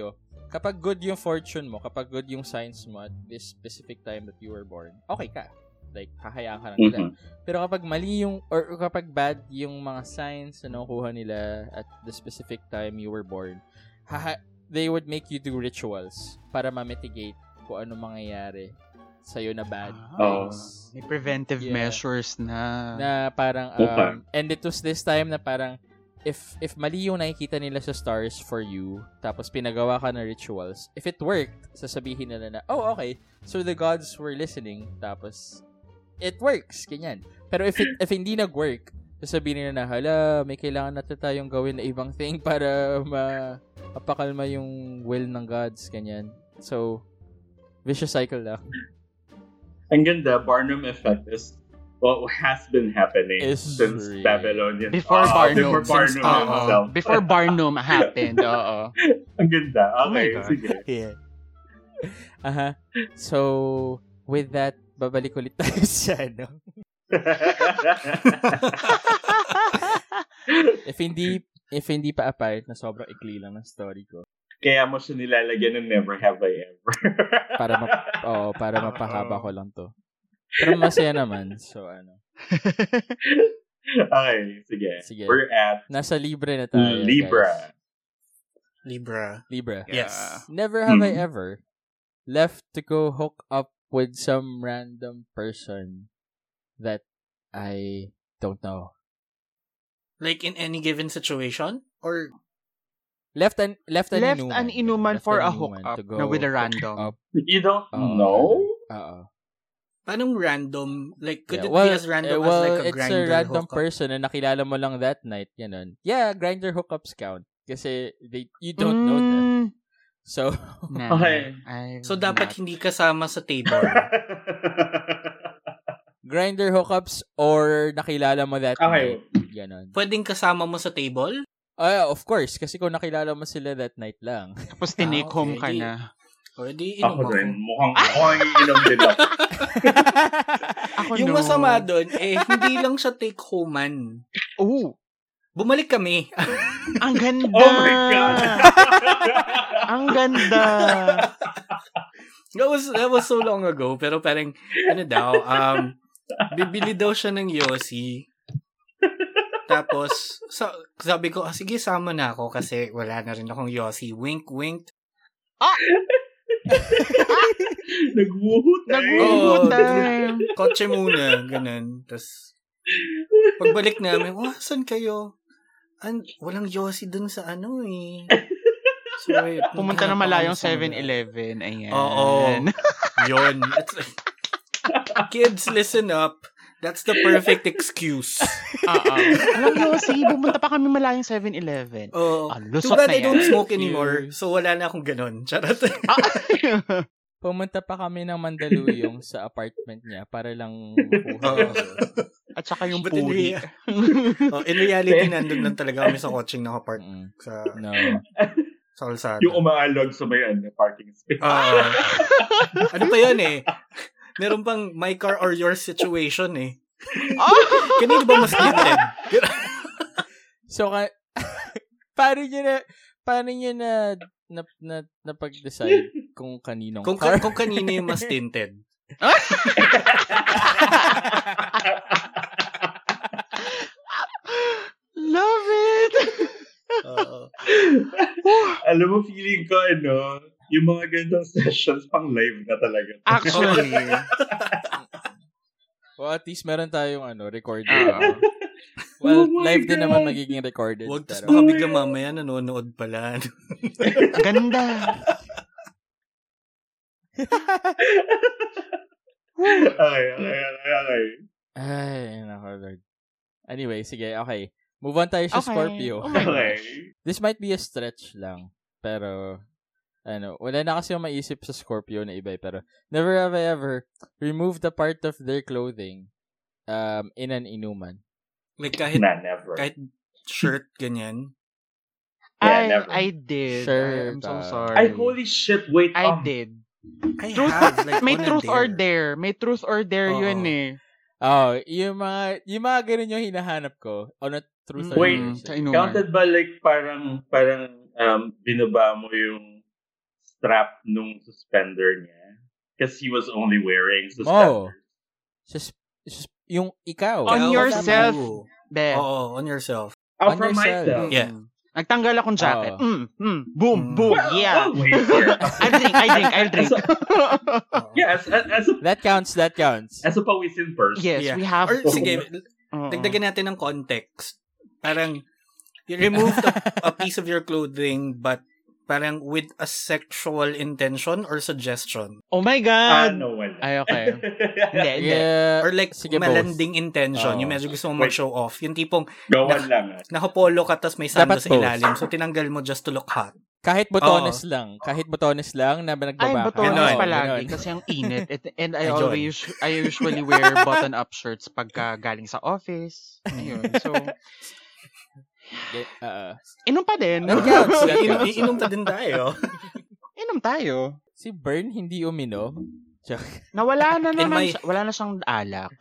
Speaker 2: kapag good yung fortune mo, kapag good yung signs mo at this specific time that you were born, okay ka. Like hahayaan ka lang nila.
Speaker 1: Mhm.
Speaker 2: Pero kapag mali yung, or or kapag bad yung mga signs na nakuha nila at the specific time you were born, haha, they would make you do rituals para ma-mitigate kung ano mangyayari sa'yo na bad
Speaker 1: Oo.
Speaker 2: things.
Speaker 4: Ah. May preventive
Speaker 2: Yeah.
Speaker 4: measures na.
Speaker 2: Na parang, um,
Speaker 1: Okay.
Speaker 2: and it was this time na parang, if if mali yung nakikita nila sa stars for you, tapos pinagawa ka ng rituals, if it worked, sasabihin nila na, oh, okay, so the gods were listening, tapos, it works, ganyan. Pero if, it, if hindi nag-work, sasabihin nila na, hala, may kailangan natin tayong gawin na ibang thing para ma mapakalma yung will ng gods, ganyan. So, vicious cycle ah. lang.
Speaker 1: Ang ganda, Barnum effect is what has been happening
Speaker 2: Is
Speaker 1: since
Speaker 2: real.
Speaker 1: Babylonian.
Speaker 4: Before
Speaker 1: Ah,
Speaker 4: Barnum.
Speaker 1: Before
Speaker 4: since-
Speaker 1: Barnum
Speaker 4: oo.
Speaker 1: himself.
Speaker 4: Before Barnum happened, oo.
Speaker 1: Ang ganda.
Speaker 4: Oh my
Speaker 1: Okay,
Speaker 4: God.
Speaker 1: sige.
Speaker 2: Yeah. Aha. So, with that, babalik ulit tayo sa ano. If hindi, if hindi pa apparent na sobrang ikli lang ng story ko.
Speaker 1: Kaya mo siya nilalagyan ng Never Have I Ever.
Speaker 2: Para ma- Oo, para mapahaba ko lang to. Pero masaya naman. So, ano.
Speaker 1: Okay, sige.
Speaker 2: Sige.
Speaker 1: We're at
Speaker 2: Nasa Libre na tayo,
Speaker 1: Mm,
Speaker 2: guys.
Speaker 1: Libra.
Speaker 3: Libra.
Speaker 2: Libra.
Speaker 3: Yes.
Speaker 2: Never have I
Speaker 1: Hmm.
Speaker 2: ever left to go hook up with some random person that I don't know.
Speaker 3: Like in any given situation? Or
Speaker 2: Left an left an
Speaker 4: Left
Speaker 2: inuman.
Speaker 4: an inuman
Speaker 2: Left
Speaker 4: for
Speaker 2: an
Speaker 4: a
Speaker 2: inuman
Speaker 4: hookup
Speaker 2: to go Oh.
Speaker 4: na with
Speaker 2: hook
Speaker 4: a random.
Speaker 2: up.
Speaker 1: You don't
Speaker 2: Oo.
Speaker 1: know?
Speaker 2: Oo.
Speaker 3: anong random? Like, could
Speaker 2: Yeah,
Speaker 3: it be as
Speaker 2: eh,
Speaker 3: random
Speaker 2: well,
Speaker 3: as like a
Speaker 2: it's
Speaker 3: grinder?
Speaker 2: a random
Speaker 3: hookup?
Speaker 2: person na nakilala mo lang that night, ganun. Yeah, grinder hookups count. Kasi they, you don't know them.
Speaker 4: Mm,
Speaker 2: So,
Speaker 4: nah,
Speaker 1: Okay.
Speaker 4: I've
Speaker 3: So, dapat
Speaker 4: not-
Speaker 3: hindi kasama sa table.
Speaker 2: grinder hookups or nakilala mo that
Speaker 1: okay.
Speaker 2: night. Ganun.
Speaker 3: Pwedeng kasama mo sa table?
Speaker 2: Ah, of course. Kasi kung nakilala mo sila that night lang.
Speaker 4: Tapos tinake
Speaker 3: Ah,
Speaker 4: home
Speaker 3: okay.
Speaker 4: ka na.
Speaker 3: Or di
Speaker 1: Ako
Speaker 3: inom ako.
Speaker 1: rin. Mukhang ako ang iinom din ako.
Speaker 4: Ako
Speaker 3: Yung
Speaker 4: no.
Speaker 3: masama doon, eh, hindi lang siya take home man.
Speaker 4: Oh,
Speaker 3: Bumalik kami.
Speaker 4: ang ganda.
Speaker 1: Oh my God!
Speaker 4: ang ganda.
Speaker 3: That was that was so long ago, pero parang ano daw, um bibili daw siya ng Yossi. Tapos sa, sabi ko, ah, sige sama na ako kasi wala na rin akong Yossi. Wink wink.
Speaker 1: Nagwuhut.
Speaker 4: Nag-uho
Speaker 1: Oh,
Speaker 3: Oo.
Speaker 4: time.
Speaker 3: Kotse muna, ganun. Tapos pagbalik namin, "Wah, saan kayo?" An, walang Yossi dun sa ano eh. So, eh, wait,
Speaker 4: Pumunta
Speaker 3: naghanap
Speaker 4: na
Speaker 3: ako
Speaker 4: malayong
Speaker 3: ng-
Speaker 4: 7-Eleven. Ayan.
Speaker 3: Oo. Yun. It's, Kids, listen up. That's the perfect excuse.
Speaker 5: Oo.
Speaker 4: Alam nyo, sige, pumunta pa kami malayong 7-Eleven.
Speaker 3: Oh,
Speaker 4: Ah,
Speaker 3: too
Speaker 4: lusot
Speaker 3: bad I
Speaker 4: na
Speaker 3: don't
Speaker 4: yan.
Speaker 3: smoke anymore, so wala na akong ganun. Charot.
Speaker 4: Ah,
Speaker 2: Pumunta pa kami ng Mandaluyong sa apartment niya para lang
Speaker 3: Oo.
Speaker 2: makuha.
Speaker 4: At saka yung
Speaker 3: But in,
Speaker 4: puri.
Speaker 3: rea- oh, in reality, nandun lang talaga kami sa coaching ng apart
Speaker 2: Mm,
Speaker 3: sa,
Speaker 2: no.
Speaker 3: sa kalsada.
Speaker 1: eh. Yung umaalog sa may ano, parking space.
Speaker 3: Ah. ano pa yun eh? Meron pang my car or your situation eh.
Speaker 4: Ah!
Speaker 3: Kanino ba mas tinted?
Speaker 2: So, ka- paano nyo na, paano nyo na, na, na, napag-decide kung kaninong
Speaker 3: Kung,
Speaker 2: car?
Speaker 3: ka- kung kanino yung mas tinted.
Speaker 4: Love it!
Speaker 3: Oo.
Speaker 1: Alam mo, feeling ko, ano, yung mga gandang sessions pang live na talaga.
Speaker 4: Actually,
Speaker 2: Well, at least meron tayong ano, recorded.
Speaker 5: Oo.
Speaker 1: Oh
Speaker 2: Well,
Speaker 1: my
Speaker 2: live din naman
Speaker 1: God.
Speaker 2: magiging recorded.
Speaker 3: Huwag tas baka
Speaker 2: pero,
Speaker 3: bigla mamaya nanonood pala.
Speaker 4: ganda.
Speaker 1: okay, okay, okay, okay.
Speaker 2: ay, nako, Lord. Anyway, sige, okay. Move on tayo sa
Speaker 4: Okay.
Speaker 2: Scorpio.
Speaker 4: Oh my
Speaker 1: Okay.
Speaker 2: This might be a stretch lang, pero ano, wala na kasi yung maisip sa Scorpio na iba eh, pero never have I ever removed a part of their clothing um in an inuman.
Speaker 3: Like kahit,
Speaker 1: Nah, never.
Speaker 3: kahit shirt, ganyan.
Speaker 1: Yeah,
Speaker 4: I,
Speaker 1: never.
Speaker 4: I did.
Speaker 2: Sure,
Speaker 4: I'm so
Speaker 2: uh,
Speaker 4: sorry.
Speaker 1: Ay, holy shit, wait.
Speaker 4: I
Speaker 1: um,
Speaker 4: did.
Speaker 3: I
Speaker 4: Truth-
Speaker 3: have, like,
Speaker 4: May
Speaker 3: on a
Speaker 4: truth or
Speaker 3: dare.
Speaker 4: dare. May truth or dare
Speaker 3: Oo.
Speaker 4: yun eh.
Speaker 2: Oh, yung mga yung mga ganun yung hinahanap ko on a truth or
Speaker 1: Wait.
Speaker 2: dare.
Speaker 4: Sa
Speaker 2: siguro.
Speaker 4: inuman.
Speaker 1: Counted ba like parang parang um, binaba mo yung strap nung suspender niya? Because he was only wearing
Speaker 2: Mo.
Speaker 1: suspender.
Speaker 2: Sus- sus- yung ikaw.
Speaker 4: On
Speaker 3: Ikaw,
Speaker 4: yourself.
Speaker 3: oo.
Speaker 4: Be.
Speaker 3: Oo, on yourself.
Speaker 1: Oh,
Speaker 2: On
Speaker 1: for
Speaker 2: yourself.
Speaker 1: myself.
Speaker 4: Mm.
Speaker 3: Yeah.
Speaker 4: Nagtanggal akong jacket.
Speaker 2: Oo.
Speaker 4: Mm, mm, boom,
Speaker 3: Mm.
Speaker 4: boom.
Speaker 1: Well, oh,
Speaker 4: yeah.
Speaker 1: always, yeah.
Speaker 4: I drink, I drink, I drink.
Speaker 1: As a-
Speaker 3: Oo.
Speaker 1: yeah, as, as, as a
Speaker 2: That counts, that counts.
Speaker 1: as a Pawisin person.
Speaker 4: yes,
Speaker 3: Yeah.
Speaker 4: we have
Speaker 3: Or
Speaker 4: to.
Speaker 3: sige,
Speaker 4: Oo.
Speaker 3: dagdagan natin ng context. Parang, you removed a, a piece of your clothing but parang with a sexual intention or suggestion.
Speaker 4: Oh my
Speaker 1: Ah,
Speaker 4: God.
Speaker 1: no, wala.
Speaker 4: Ay, okay. hindi, hindi.
Speaker 2: Yeah.
Speaker 3: Or like,
Speaker 2: Uh, Sige, both.
Speaker 3: malanding intention.
Speaker 2: Oo.
Speaker 3: Yung medyo gusto mo
Speaker 1: Wait.
Speaker 3: mag-show off. Yung tipong,
Speaker 1: Gawan lang. ah.
Speaker 3: nakapolo ka tas may sando
Speaker 2: Dapat
Speaker 3: sa
Speaker 2: both.
Speaker 3: ilalim. So, tinanggal mo just to look hot.
Speaker 2: Kahit botones lang. Kahit botones lang na nagbabaka.
Speaker 4: Ay, botones
Speaker 3: Ganon,
Speaker 4: palagi
Speaker 2: ganon.
Speaker 4: kasi ang init. It- and I
Speaker 3: Ayun.
Speaker 4: always, I usually wear button-up shirts pagka galing sa office. Ayun, so,
Speaker 2: Yeah, uh,
Speaker 4: inom pa din.
Speaker 3: Oh
Speaker 2: That counts, that
Speaker 3: Iinom
Speaker 2: counts.
Speaker 3: iinom pa din tayo.
Speaker 4: inom tayo.
Speaker 2: si Bern hindi uminom.
Speaker 4: Nawala
Speaker 3: In
Speaker 4: na
Speaker 3: my-
Speaker 4: naman, siya, wala na siyang alak.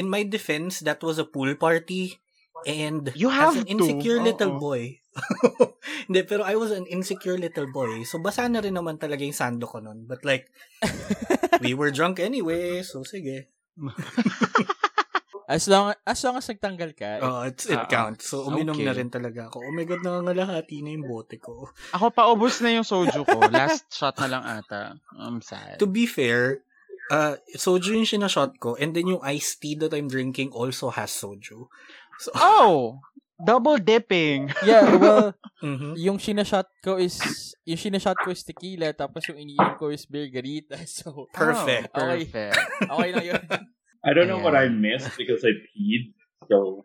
Speaker 3: In my defense, that was a pool party. And
Speaker 4: You
Speaker 3: as
Speaker 4: have
Speaker 1: Ah,
Speaker 3: an
Speaker 4: to.
Speaker 3: insecure little
Speaker 4: Oo.
Speaker 3: boy. Hindi, pero I was an insecure little boy. So, basa na rin naman talaga yung sando ko nun. But like, we were drunk anyway. So, sige.
Speaker 2: As long as, long as nagtanggal ka, eh,
Speaker 3: Oh, it's, it
Speaker 4: Ah,
Speaker 3: counts. So, uminom
Speaker 4: okay.
Speaker 3: na rin talaga ako. Oh my God, nangangalahati na yung bote ko.
Speaker 4: Ako paubos na yung soju ko. Last shot na lang ata. I'm sad.
Speaker 3: To be fair, uh, soju yung sinashot ko. And then yung iced tea that I'm drinking also has soju. So,
Speaker 1: Ah!
Speaker 4: Oh! Double dipping.
Speaker 3: Oh,
Speaker 2: yeah, well,
Speaker 3: mhm.
Speaker 2: yung sinashot ko is, yung sinashot ko is tequila, tapos yung iniinom ko is beer garita. So,
Speaker 3: Perfect.
Speaker 4: Oh, perfect.
Speaker 2: okay lang yun.
Speaker 1: I don't know what I
Speaker 4: Ayan.
Speaker 1: missed because I peed. So,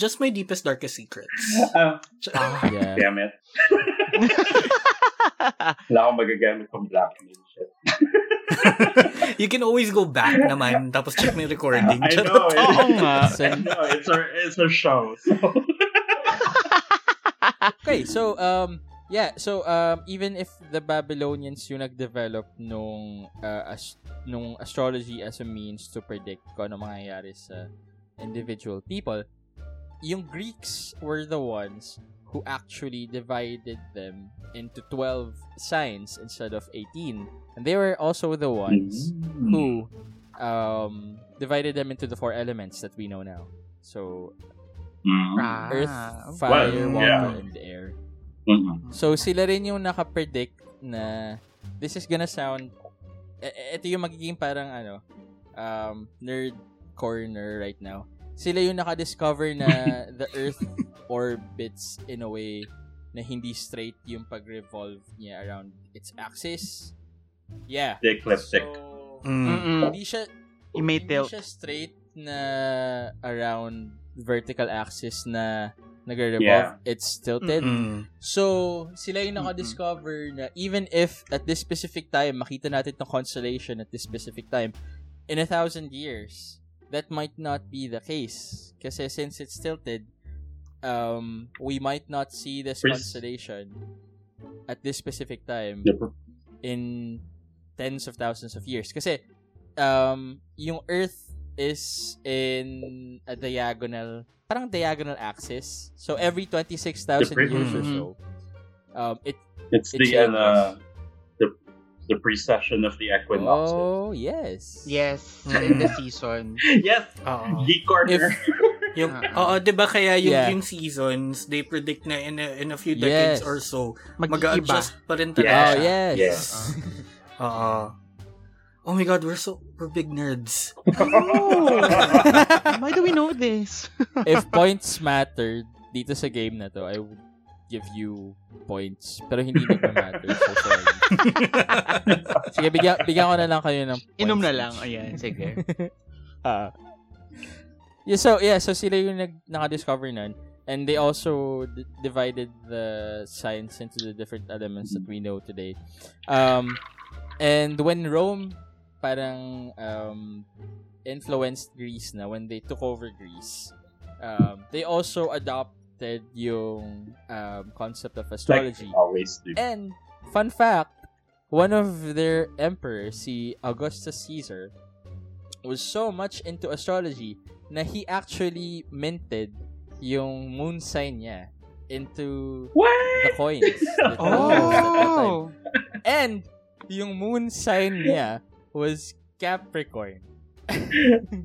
Speaker 3: Just my deepest, darkest secrets.
Speaker 1: ah,
Speaker 2: Yeah.
Speaker 1: damn it. Wala akong magagamit pang black man shit.
Speaker 3: You can always go back naman, tapos check na yung recording.
Speaker 1: I know. It,
Speaker 4: Oo nga.
Speaker 1: I know. It's our, it's our show. So.
Speaker 2: Okay, so, um, yeah, so, um, even if the Babylonians yung nag-develop nung, uh, as, nung astrology as a means to predict kung ano mangyayari sa individual people, yung Greeks were the ones who actually divided them into 12 signs instead of 18. And they were also the ones
Speaker 1: Mm-hmm.
Speaker 2: who um, divided them into the four elements that we know now. So,
Speaker 1: Mm.
Speaker 4: Ah,
Speaker 2: earth,
Speaker 4: okay.
Speaker 2: fire,
Speaker 3: Well,
Speaker 2: water,
Speaker 1: yeah.
Speaker 2: and air.
Speaker 1: Mm-mm.
Speaker 2: So, sila rin yung nakapredict na this is gonna sound... e- e- Ito yung magiging parang ano, um, nerd corner right now. Sila yung nakadiscover na the Earth orbits in a way na hindi straight yung pag-revolve niya around its axis. Yeah.
Speaker 1: The ecliptic.
Speaker 2: So,
Speaker 3: Mm.
Speaker 4: Mm-mm.
Speaker 2: Hindi siya,
Speaker 4: He may
Speaker 2: hindi
Speaker 4: tilt.
Speaker 2: siya straight na around vertical axis na nagre-revolve.
Speaker 1: Yeah.
Speaker 2: It's tilted.
Speaker 3: Mm.
Speaker 2: So, sila yung naka-discover na even if at this specific time, makita natin itong constellation at this specific time, in a thousand years, that might not be the case. Kasi since it's tilted, um, we might not see this
Speaker 1: Pres-
Speaker 2: constellation at this specific time
Speaker 1: The pr-
Speaker 2: in tens of thousands of years. Kasi, um, yung Earth is in a diagonal, parang diagonal axis. So, every 26,000
Speaker 1: Different.
Speaker 2: years or
Speaker 4: Mhm.
Speaker 2: so, um, it,
Speaker 1: It's
Speaker 2: It
Speaker 1: the
Speaker 2: changes.
Speaker 1: uh, the the precession of the equinoxes.
Speaker 2: oh, yes.
Speaker 4: Yes, in the season.
Speaker 1: yes,
Speaker 3: Oo.
Speaker 1: geek corner.
Speaker 3: Yung,
Speaker 4: Ah.
Speaker 3: oo, di ba kaya yung,
Speaker 2: Yeah.
Speaker 3: yung seasons, they predict na in a, in a few
Speaker 2: Yes.
Speaker 3: decades or so,
Speaker 4: Mag-iiba.
Speaker 3: mag-adjust pa rin
Speaker 2: Oh,
Speaker 3: talaga.
Speaker 1: Yeah.
Speaker 3: siya.
Speaker 2: yes.
Speaker 1: Yes.
Speaker 3: Oo. Oh my God, we're so, we're big nerds.
Speaker 4: Why do we know this?
Speaker 2: If points mattered dito sa game na to, I would give you points. Pero hindi nagmamatter. So, sorry. Sige, bigyan, bigyan ko na lang kayo ng points.
Speaker 4: Inom na lang. Ayan, sige.
Speaker 2: Ah. yeah, so yeah, so sila yung nag naka-discover nun. And they also d- divided the science into the different elements that we know today. Um, and when Rome parang um, influenced Greece na, when they took over Greece, um, they also adopted yung um, concept of
Speaker 1: like
Speaker 2: astrology.
Speaker 1: they always do.
Speaker 2: And fun fact, one of their emperors, si Augustus Caesar, was so much into astrology na he actually minted yung moon sign niya into the
Speaker 1: What?
Speaker 2: coins. that they used at that time.
Speaker 4: Oh!
Speaker 2: And yung moon sign niya was Capricorn.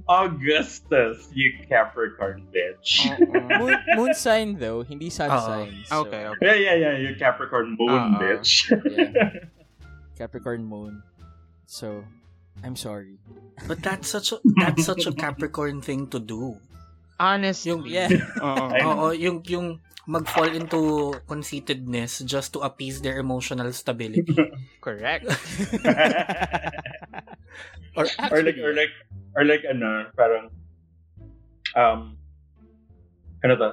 Speaker 1: Augustus, you Capricorn bitch.
Speaker 2: Oh. Moon, moon sign though, hindi sun
Speaker 3: Oo.
Speaker 2: sign. So,
Speaker 4: Okay, okay.
Speaker 1: Yeah, yeah, yeah. You Capricorn moon
Speaker 4: Uh-uh.
Speaker 1: bitch.
Speaker 2: yeah. Capricorn moon. So, I'm sorry.
Speaker 3: But that's such a, that's such a Capricorn thing to do.
Speaker 4: Honestly.
Speaker 3: Yung-
Speaker 2: Yeah.
Speaker 4: Oo.
Speaker 1: I know.
Speaker 3: Oo, yung, yung mag-fall into conceitedness just to appease their emotional stability.
Speaker 4: Correct.
Speaker 1: or, or like or like or like ano, parang um ano to?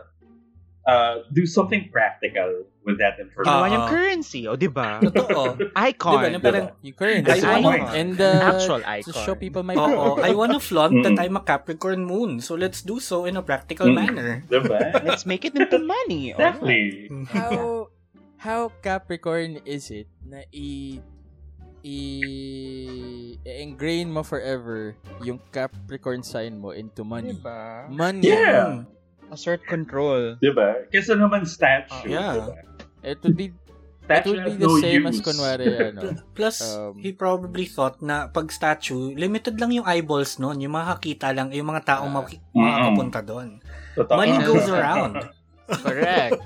Speaker 1: Uh, do something practical with that information.
Speaker 4: Ginawa niyang currency, o, di ba?
Speaker 3: Totoo.
Speaker 4: Icon.
Speaker 2: Ah,
Speaker 3: Di ba, na parang,
Speaker 2: Yung current.
Speaker 1: That's the
Speaker 2: I know.
Speaker 1: point.
Speaker 2: And uh,
Speaker 4: Actual icon.
Speaker 2: to show people
Speaker 1: Oh,
Speaker 2: my
Speaker 3: oo, I wanna flaunt that
Speaker 1: Mm.
Speaker 3: I'm a Capricorn moon, so let's do so in a practical
Speaker 1: Mm.
Speaker 3: manner.
Speaker 1: diba?
Speaker 4: Let's make it into money. Oh.
Speaker 1: Exactly.
Speaker 2: How how Capricorn is it na i i engrain mo forever yung Capricorn sign mo into money.
Speaker 4: Diba?
Speaker 2: Money.
Speaker 1: Yeah.
Speaker 3: Mm-hmm.
Speaker 4: Assert control.
Speaker 1: Diba? Kesa naman statue.
Speaker 3: Oh, yeah.
Speaker 1: diba?
Speaker 2: Ah, It would be it
Speaker 1: Statue
Speaker 2: would
Speaker 1: has
Speaker 2: be the
Speaker 1: no
Speaker 2: same
Speaker 1: use.
Speaker 2: as kunwari ano.
Speaker 3: Plus,
Speaker 2: Um,
Speaker 3: he probably thought na pag statue, limited lang yung eyeballs noon, yung makakita lang, yung mga taong
Speaker 2: Ah.
Speaker 3: maki-
Speaker 1: Mm-mm.
Speaker 3: makakapunta
Speaker 1: Mm-hmm.
Speaker 3: doon.
Speaker 1: Totoo.
Speaker 3: Money
Speaker 4: Yeah.
Speaker 3: goes around.
Speaker 2: Correct.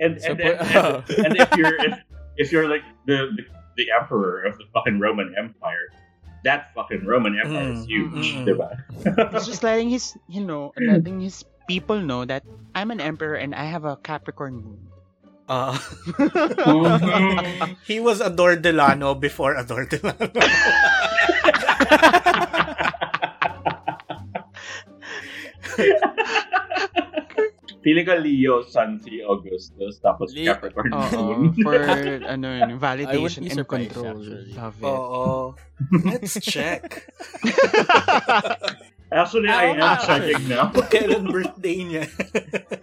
Speaker 1: and,
Speaker 2: So,
Speaker 1: and, and,
Speaker 2: po-
Speaker 1: and if you're if, if you're like the, the the emperor of the fucking Roman Empire, that fucking Roman Empire is
Speaker 2: Mm-hmm.
Speaker 3: Mm,
Speaker 1: huge,
Speaker 3: mm, mm.
Speaker 1: diba?
Speaker 4: He's just letting his, you know, letting his people know that I'm an emperor and I have a Capricorn moon.
Speaker 3: Ah.
Speaker 1: Mhm.
Speaker 3: he was Ador Delano before Ador Delano.
Speaker 1: Feeling ko Leo, Sun, si Augustus, tapos
Speaker 2: Leo.
Speaker 1: Capricorn
Speaker 4: Oo,
Speaker 1: Moon.
Speaker 4: for ano
Speaker 2: I wouldn't
Speaker 4: yun, validation
Speaker 2: be
Speaker 4: and
Speaker 2: surprised,
Speaker 4: control.
Speaker 2: actually. Oh.
Speaker 4: Love it.
Speaker 3: Oo. Let's check.
Speaker 1: Actually, I
Speaker 2: Oo nga,
Speaker 1: am checking now.
Speaker 3: Kailan birthday niya?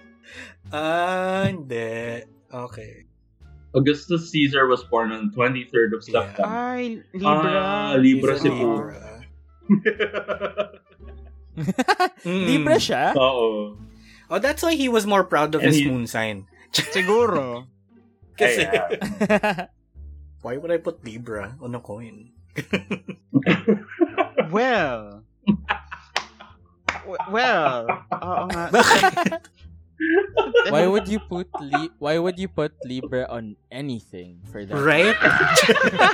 Speaker 3: ah, hindi. Okay.
Speaker 1: Augustus Caesar was born on 23rd of
Speaker 3: Yeah.
Speaker 1: September.
Speaker 4: Ay, Libra.
Speaker 1: Ah, Libra
Speaker 3: He's a
Speaker 1: si
Speaker 3: Libra.
Speaker 1: Hmm.
Speaker 3: Mm.
Speaker 2: Libre siya.
Speaker 1: Oo.
Speaker 3: Oh, that's why he was more proud of
Speaker 1: And
Speaker 3: his
Speaker 1: he-
Speaker 3: moon sign.
Speaker 4: Siguro.
Speaker 3: Kasi,
Speaker 1: Kaya,
Speaker 3: why would I put Libra on a coin?
Speaker 4: Well. W- Well. Oo nga.
Speaker 2: Why would you put li- why would you put Libra on anything for that?
Speaker 3: Right?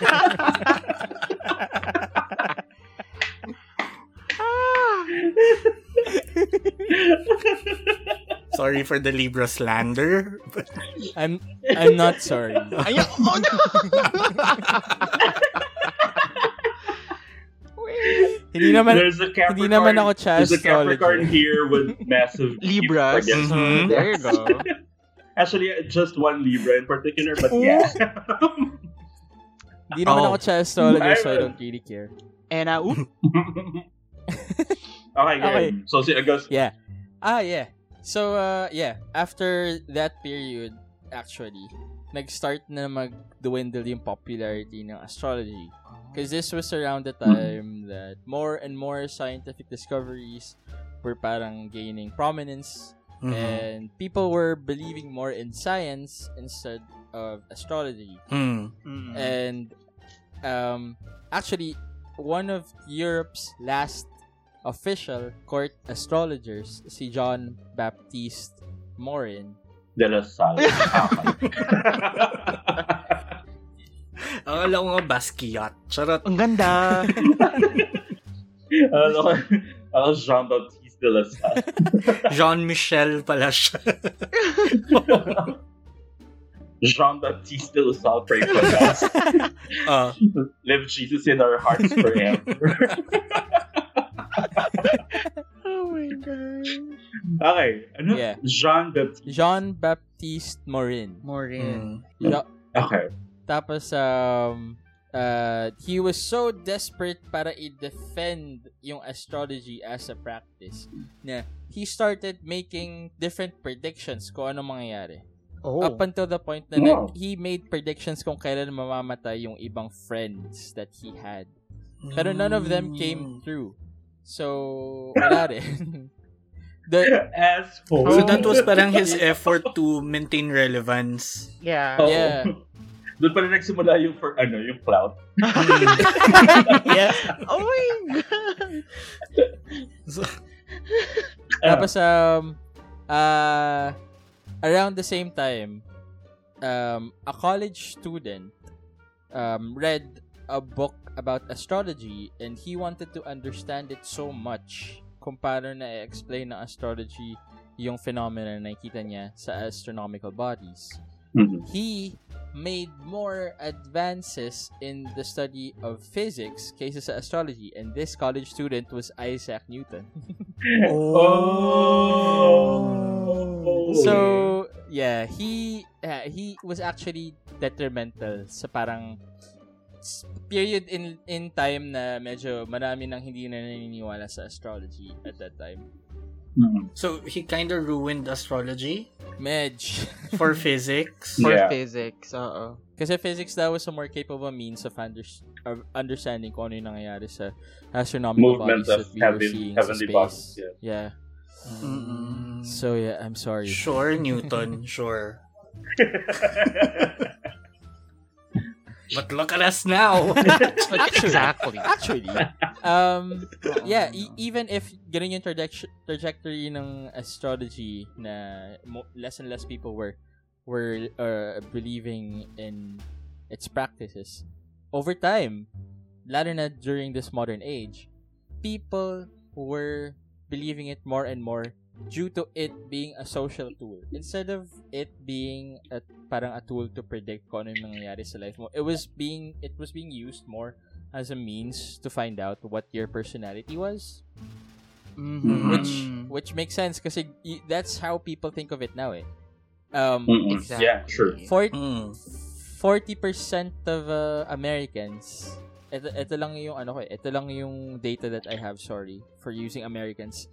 Speaker 4: Ah.
Speaker 3: Sorry for the Libra slander.
Speaker 2: I'm I'm not sorry.
Speaker 4: Ayun, oh no! Wait.
Speaker 2: Hindi naman,
Speaker 1: There's a Capricorn,
Speaker 2: hindi naman ako chas
Speaker 1: there's a Capricorn here with massive
Speaker 4: Libras.
Speaker 1: Yes.
Speaker 2: Mm-hmm.
Speaker 3: Mhm.
Speaker 4: There you go.
Speaker 1: Actually, just one Libra in particular, but yeah.
Speaker 2: Hindi naman
Speaker 3: Oh.
Speaker 2: ako chastrologist,
Speaker 1: I-
Speaker 2: so I don't really care.
Speaker 4: And uh, oop,
Speaker 1: okay, good.
Speaker 2: Okay.
Speaker 1: So, si August,
Speaker 2: Ah, yeah. So, uh, yeah. After that period, actually, nag-start na mag-dwindle yung popularity ng astrology. Because this was around the time that more and more scientific discoveries were parang gaining prominence
Speaker 3: Mhm.
Speaker 2: and people were believing more in science instead of astrology.
Speaker 3: Mm.
Speaker 4: Mm-hmm.
Speaker 2: And um, actually, one of Europe's last official court astrologers, si John Baptiste Morin,
Speaker 1: De La Salle.
Speaker 3: Akala ko nga Basquiat. Charot.
Speaker 4: ang ganda.
Speaker 1: Alam ko, alam ko Jean-Baptiste de La Salle.
Speaker 3: Jean-Michel pala siya.
Speaker 1: Jean-Baptiste de La Salle, pray for us.
Speaker 3: Ah,
Speaker 1: Live Jesus in our hearts forever.
Speaker 4: oh my God.
Speaker 1: okay. Ano?
Speaker 2: Yeah.
Speaker 1: Jean-Baptiste.
Speaker 2: Jean Baptiste Morin.
Speaker 4: Morin.
Speaker 3: mm.
Speaker 2: Jo-
Speaker 1: Okay.
Speaker 2: tapos um uh, he was so desperate para i-defend yung astrology as a practice na he started making different predictions kung ano mangyayari.
Speaker 4: Oh.
Speaker 2: Up until the point na
Speaker 1: Wow.
Speaker 2: nag- he made predictions kung kailan mamamatay yung ibang friends that he had. Pero none of them
Speaker 3: Hmm.
Speaker 2: came through. So, wala rin. the,
Speaker 1: Asshole.
Speaker 3: So that was parang his effort to maintain relevance.
Speaker 4: yeah.
Speaker 1: Oo.
Speaker 2: Yeah.
Speaker 1: Oh. Doon pala nagsimula yung for ano, yung clout.
Speaker 3: Mm.
Speaker 2: yeah.
Speaker 4: Oh my God.
Speaker 2: Tapos, um, uh, around the same time, um, a college student um, read a book about astrology and he wanted to understand it so much kung paano na-explain ng astrology yung phenomena na nakita niya sa astronomical bodies.
Speaker 1: Mhm.
Speaker 2: he made more advances in the study of physics kaysa sa astrology and this college student was Isaac Newton.
Speaker 1: Oh.
Speaker 2: So, yeah, he uh, he was actually detrimental sa parang s- period in in time na medyo marami nang hindi na naniniwala sa astrology at that time.
Speaker 1: Mhm.
Speaker 3: So he kind of ruined astrology
Speaker 2: Medj.
Speaker 3: for
Speaker 2: Mm-hmm.
Speaker 3: physics.
Speaker 4: For
Speaker 1: Yeah.
Speaker 4: physics, oo.
Speaker 2: Kasi physics daw was a more capable means of, under- of understanding kung ano yung nangyayari sa astronomical
Speaker 1: Movement
Speaker 2: bodies that
Speaker 1: of
Speaker 2: we were
Speaker 1: heaven-
Speaker 2: seeing sa
Speaker 1: heavenly
Speaker 2: space.
Speaker 1: bodies, yeah.
Speaker 2: yeah.
Speaker 3: Mm.
Speaker 2: So yeah, I'm sorry.
Speaker 3: Sure, Newton, sure. But look at us now.
Speaker 4: Exactly.
Speaker 2: Actually, um, yeah, e- even if ganun yung traject- trajectory ng astrology na mo- less and less people were were uh, believing in its practices, over time, lalo na during this modern age, people were believing it more and more due to it being a social tool instead of it being a, parang a tool to predict kung ano yung nangyayari sa life mo it was being it was being used more as a means to find out what your personality was
Speaker 1: Mm-hmm.
Speaker 4: Mhm.
Speaker 2: which which makes sense kasi y- that's how people think of it now eh um
Speaker 1: Mhm.
Speaker 4: Mm-hmm. Exactly.
Speaker 1: Yeah, sure.
Speaker 2: for
Speaker 3: Mm.
Speaker 2: 40% of uh, Americans ito, ito lang yung ano ko eh, ito lang yung data that I have sorry for using Americans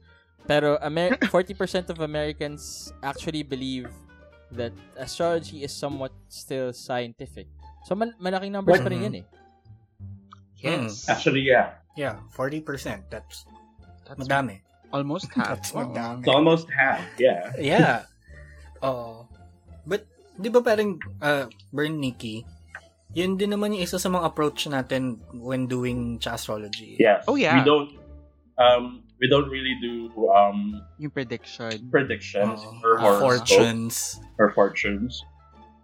Speaker 2: pero Amer- 40% of Americans actually believe that astrology is somewhat still scientific so mal- malaking numbers
Speaker 3: What?
Speaker 2: pa rin yun eh
Speaker 4: Yes.
Speaker 1: Mm. Actually, yeah.
Speaker 3: Yeah, 40%. That's
Speaker 4: That's
Speaker 3: madami.
Speaker 4: Almost half.
Speaker 3: That's
Speaker 4: Oo.
Speaker 3: madami.
Speaker 1: It's almost half, yeah.
Speaker 3: Yeah. Oh. But, di ba parang, uh, Bern Nikki, yun din naman yung isa sa mga approach natin when doing cha astrology.
Speaker 1: Yes.
Speaker 4: Oh, yeah.
Speaker 1: We don't um we don't really do um
Speaker 4: Yung prediction.
Speaker 1: Mm. predictions
Speaker 3: Oh,
Speaker 1: or
Speaker 4: Ah,
Speaker 1: horoscopes
Speaker 3: fortunes.
Speaker 1: or fortunes.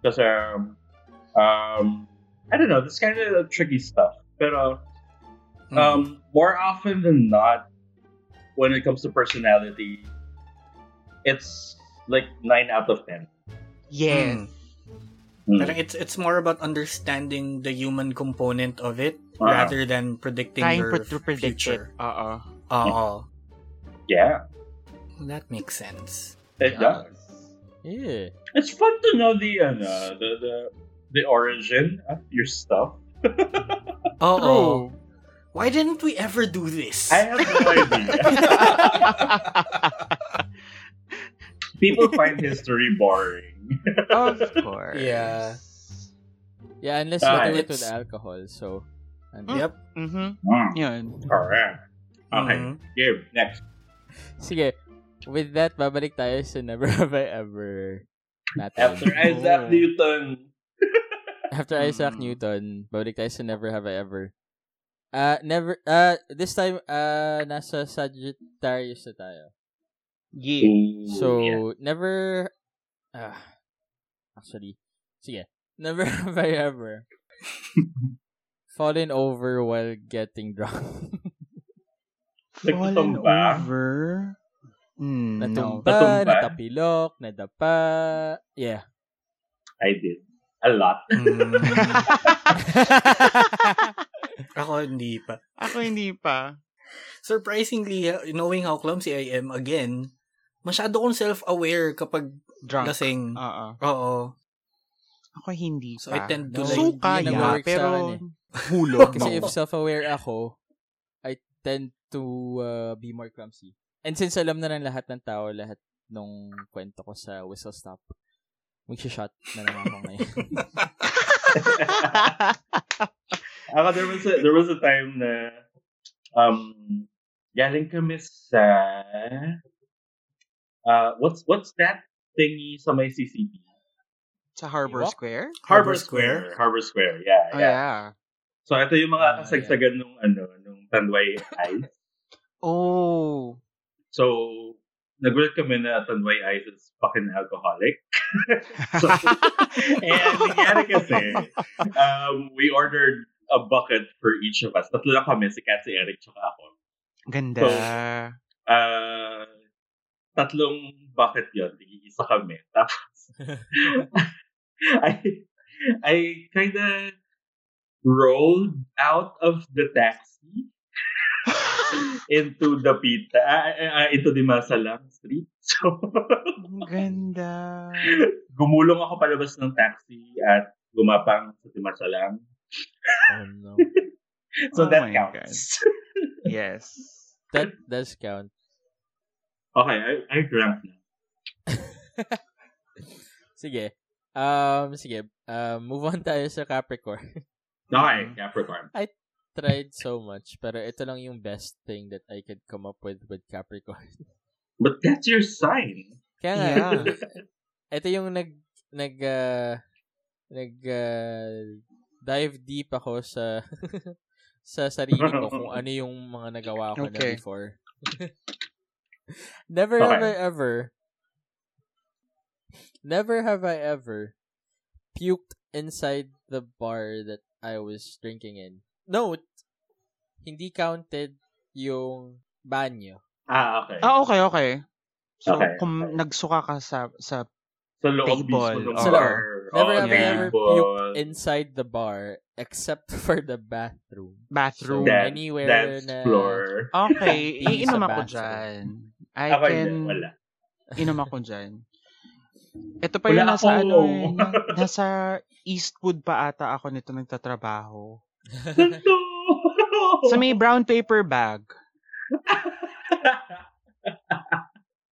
Speaker 1: Because um um I don't know, this kind of tricky stuff. But uh,
Speaker 3: Mm.
Speaker 1: um more often than not, when it comes to personality, it's like nine out of ten.
Speaker 4: Yes.
Speaker 3: Parang it's it's more about understanding the human component of it
Speaker 1: Uh-uh.
Speaker 3: rather than predicting
Speaker 4: Trying
Speaker 3: your
Speaker 4: pr- to predict
Speaker 3: future.
Speaker 4: it. Oo.
Speaker 3: Oo.
Speaker 1: Yeah,
Speaker 3: That makes sense.
Speaker 1: it
Speaker 2: Yeah.
Speaker 1: does.
Speaker 2: Yeah.
Speaker 1: It's fun to know the ano, the, the the origin of your stuff.
Speaker 3: Oo. Why didn't we ever do this?
Speaker 1: I have no idea. People find history boring.
Speaker 4: of course.
Speaker 3: Yeah.
Speaker 2: Yeah, unless
Speaker 1: Ah,
Speaker 2: you do it
Speaker 3: it's-
Speaker 2: with alcohol, so... ano.
Speaker 3: Yep.
Speaker 4: Mm-hmm.
Speaker 1: Mm,
Speaker 4: Yun.
Speaker 1: Correct. Okay,
Speaker 3: Mhm.
Speaker 1: Gabe, next.
Speaker 2: Sige. With that, babalik tayo sa Never Have I Ever natin.
Speaker 1: After Isaac
Speaker 4: Oh.
Speaker 1: Newton.
Speaker 2: After Isaac
Speaker 4: Mm.
Speaker 2: Newton, babalik tayo sa Never Have I Ever. Uh, never, uh, this time, uh, nasa Sagittarius na tayo.
Speaker 4: Yeah.
Speaker 2: So,
Speaker 1: yeah.
Speaker 2: never, ah, actually, sige, never have I ever fallen over while getting drunk.
Speaker 4: Fallen
Speaker 1: Nagtumba?
Speaker 4: over. Mm, no.
Speaker 2: Natumba,
Speaker 1: Natumba?
Speaker 2: natapilok, nadapa, yeah.
Speaker 1: I did. A lot.
Speaker 3: Mm. Ako hindi pa.
Speaker 4: Ako hindi pa.
Speaker 3: Surprisingly, uh, knowing how clumsy I am again, masyado kong self-aware kapag
Speaker 4: Drunk. Uh-uh.
Speaker 3: lasing.
Speaker 4: Oo.
Speaker 3: Oo.
Speaker 4: Ako hindi pa.
Speaker 3: So I tend to
Speaker 2: No,
Speaker 3: like...
Speaker 2: So,
Speaker 4: Suka
Speaker 2: hindi
Speaker 4: ya,
Speaker 2: nag-work sa
Speaker 4: pero
Speaker 2: akin eh.
Speaker 4: hulog.
Speaker 2: Kasi if
Speaker 4: no.
Speaker 2: self-aware ako, I tend to uh, be more clumsy. And since alam na ng lahat ng tao, lahat nung kwento ko sa Whistle Stop, magsishot na naman ako ngayon.
Speaker 3: eh.
Speaker 1: Ako, there was a, there was a time na um galing kami sa uh what's what's that thingy sa may CCP?
Speaker 4: Sa Harbor
Speaker 2: Walk?
Speaker 4: Square?
Speaker 3: Harbor Square?
Speaker 1: Harbor Square. Yeah,
Speaker 4: Oh,
Speaker 1: yeah.
Speaker 4: yeah.
Speaker 1: So ito yung mga
Speaker 2: Ah,
Speaker 1: kasagsagan nung ano nung Tanway Ice.
Speaker 4: Oh.
Speaker 1: So nagulat kami na Tanway Ice is fucking alcoholic. so, and nangyari kasi, um, we ordered a bucket for each of us. Tatlo lang kami, si Kat, si Eric, tsaka ako.
Speaker 4: Ganda.
Speaker 1: So- Ah, tatlong bucket yon isa kami. Tapos, I, I kind of rolled out of the taxi into the pita, ah, ah, ah, into the Masalang Street. So,
Speaker 4: Ganda.
Speaker 1: gumulong ako palabas ng taxi at gumapang sa Timasalang.
Speaker 2: oh no.
Speaker 1: So,
Speaker 4: Oh
Speaker 1: that
Speaker 4: my
Speaker 1: counts.
Speaker 4: Yes.
Speaker 2: That does count.
Speaker 1: okay, I, I drank na.
Speaker 2: Sige. Um, sige. Um, move on tayo sa Capricorn.
Speaker 1: Okay,
Speaker 4: Mm-hmm.
Speaker 1: Capricorn.
Speaker 2: Tried so much, pero ito lang yung best thing that I could come up with with Capricorn.
Speaker 1: But that's your sign.
Speaker 2: Kaya nga, ah,
Speaker 4: Yeah.
Speaker 2: ito yung nag, nag, ah, nag, ah, dive deep ako sa, sa sarili ko kung ano yung mga nagawa ko na
Speaker 4: Okay.
Speaker 2: before. never
Speaker 1: Okay.
Speaker 2: have I ever, never have I ever puked inside the bar that I was drinking in. Note, hindi counted yung banyo.
Speaker 1: Ah, okay.
Speaker 4: Ah, okay, okay. So,
Speaker 1: Okay,
Speaker 4: kung
Speaker 1: okay.
Speaker 4: nagsuka ka sa, sa
Speaker 1: Sa loob
Speaker 4: Table.
Speaker 1: mismo Oh, ng
Speaker 2: Sa
Speaker 1: bar.
Speaker 2: loob. Never
Speaker 1: Oo,
Speaker 2: have I
Speaker 1: table.
Speaker 2: ever puked inside the bar except for the bathroom.
Speaker 4: bathroom.
Speaker 2: That-
Speaker 1: dance,
Speaker 2: anywhere
Speaker 1: dance
Speaker 2: na-
Speaker 1: floor.
Speaker 4: Okay,
Speaker 2: Sa
Speaker 4: iinom ako
Speaker 2: bathroom.
Speaker 4: dyan. I
Speaker 1: Ako
Speaker 4: can
Speaker 1: hindi, wala.
Speaker 4: inom ako dyan. Ito pa
Speaker 1: Wala
Speaker 4: yung nasa
Speaker 1: ako.
Speaker 4: ano eh, na- nasa Eastwood pa ata ako nito nagtatrabaho.
Speaker 1: Santo! Oh.
Speaker 4: Sa may brown paper bag.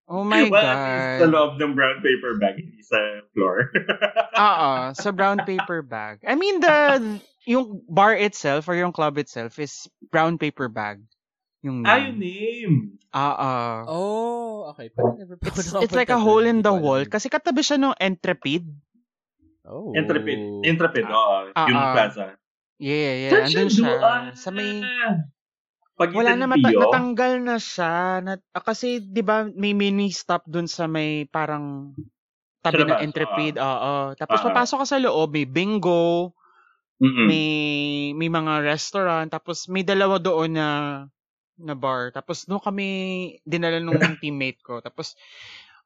Speaker 4: Oh my
Speaker 1: well, at least sa
Speaker 4: God.
Speaker 1: loob ng brown paper bag, hindi sa floor.
Speaker 4: Oo, sa brown paper bag. I mean, the, yung bar itself or yung club itself is brown paper bag. Yung
Speaker 1: ah, yung name!
Speaker 4: Oo.
Speaker 2: oh, okay. Parang never pa
Speaker 4: It's,
Speaker 2: ako
Speaker 4: it's like eh. a
Speaker 2: nakapunta
Speaker 4: hole
Speaker 2: doon.
Speaker 4: in
Speaker 2: Hindi
Speaker 4: the
Speaker 2: ko alam.
Speaker 4: wall kasi katabi siya ng entrepid.
Speaker 2: Oh.
Speaker 1: Intrepid. Intrepid, oo.
Speaker 4: ah,
Speaker 1: yung
Speaker 4: ah.
Speaker 1: plaza.
Speaker 4: Yeah,
Speaker 1: Saan
Speaker 4: yeah. Andun
Speaker 1: siya
Speaker 4: siya.
Speaker 1: doon?
Speaker 4: Sa may...
Speaker 1: Pagitan
Speaker 4: Wala
Speaker 1: ng
Speaker 4: na, mata-
Speaker 1: Pio?
Speaker 4: natanggal na siya. Nat- ah, kasi, di ba, may mini stop dun sa may parang
Speaker 1: Sa
Speaker 4: tabi
Speaker 1: labas,
Speaker 4: ng entrepid. Oo. Tapos,
Speaker 1: Ah, ah.
Speaker 4: papasok ka sa loob, may bingo,
Speaker 1: Mm-mm.
Speaker 4: may, may mga restaurant, tapos may dalawa doon na na bar. Tapos, no kami dinala nung teammate ko. Tapos,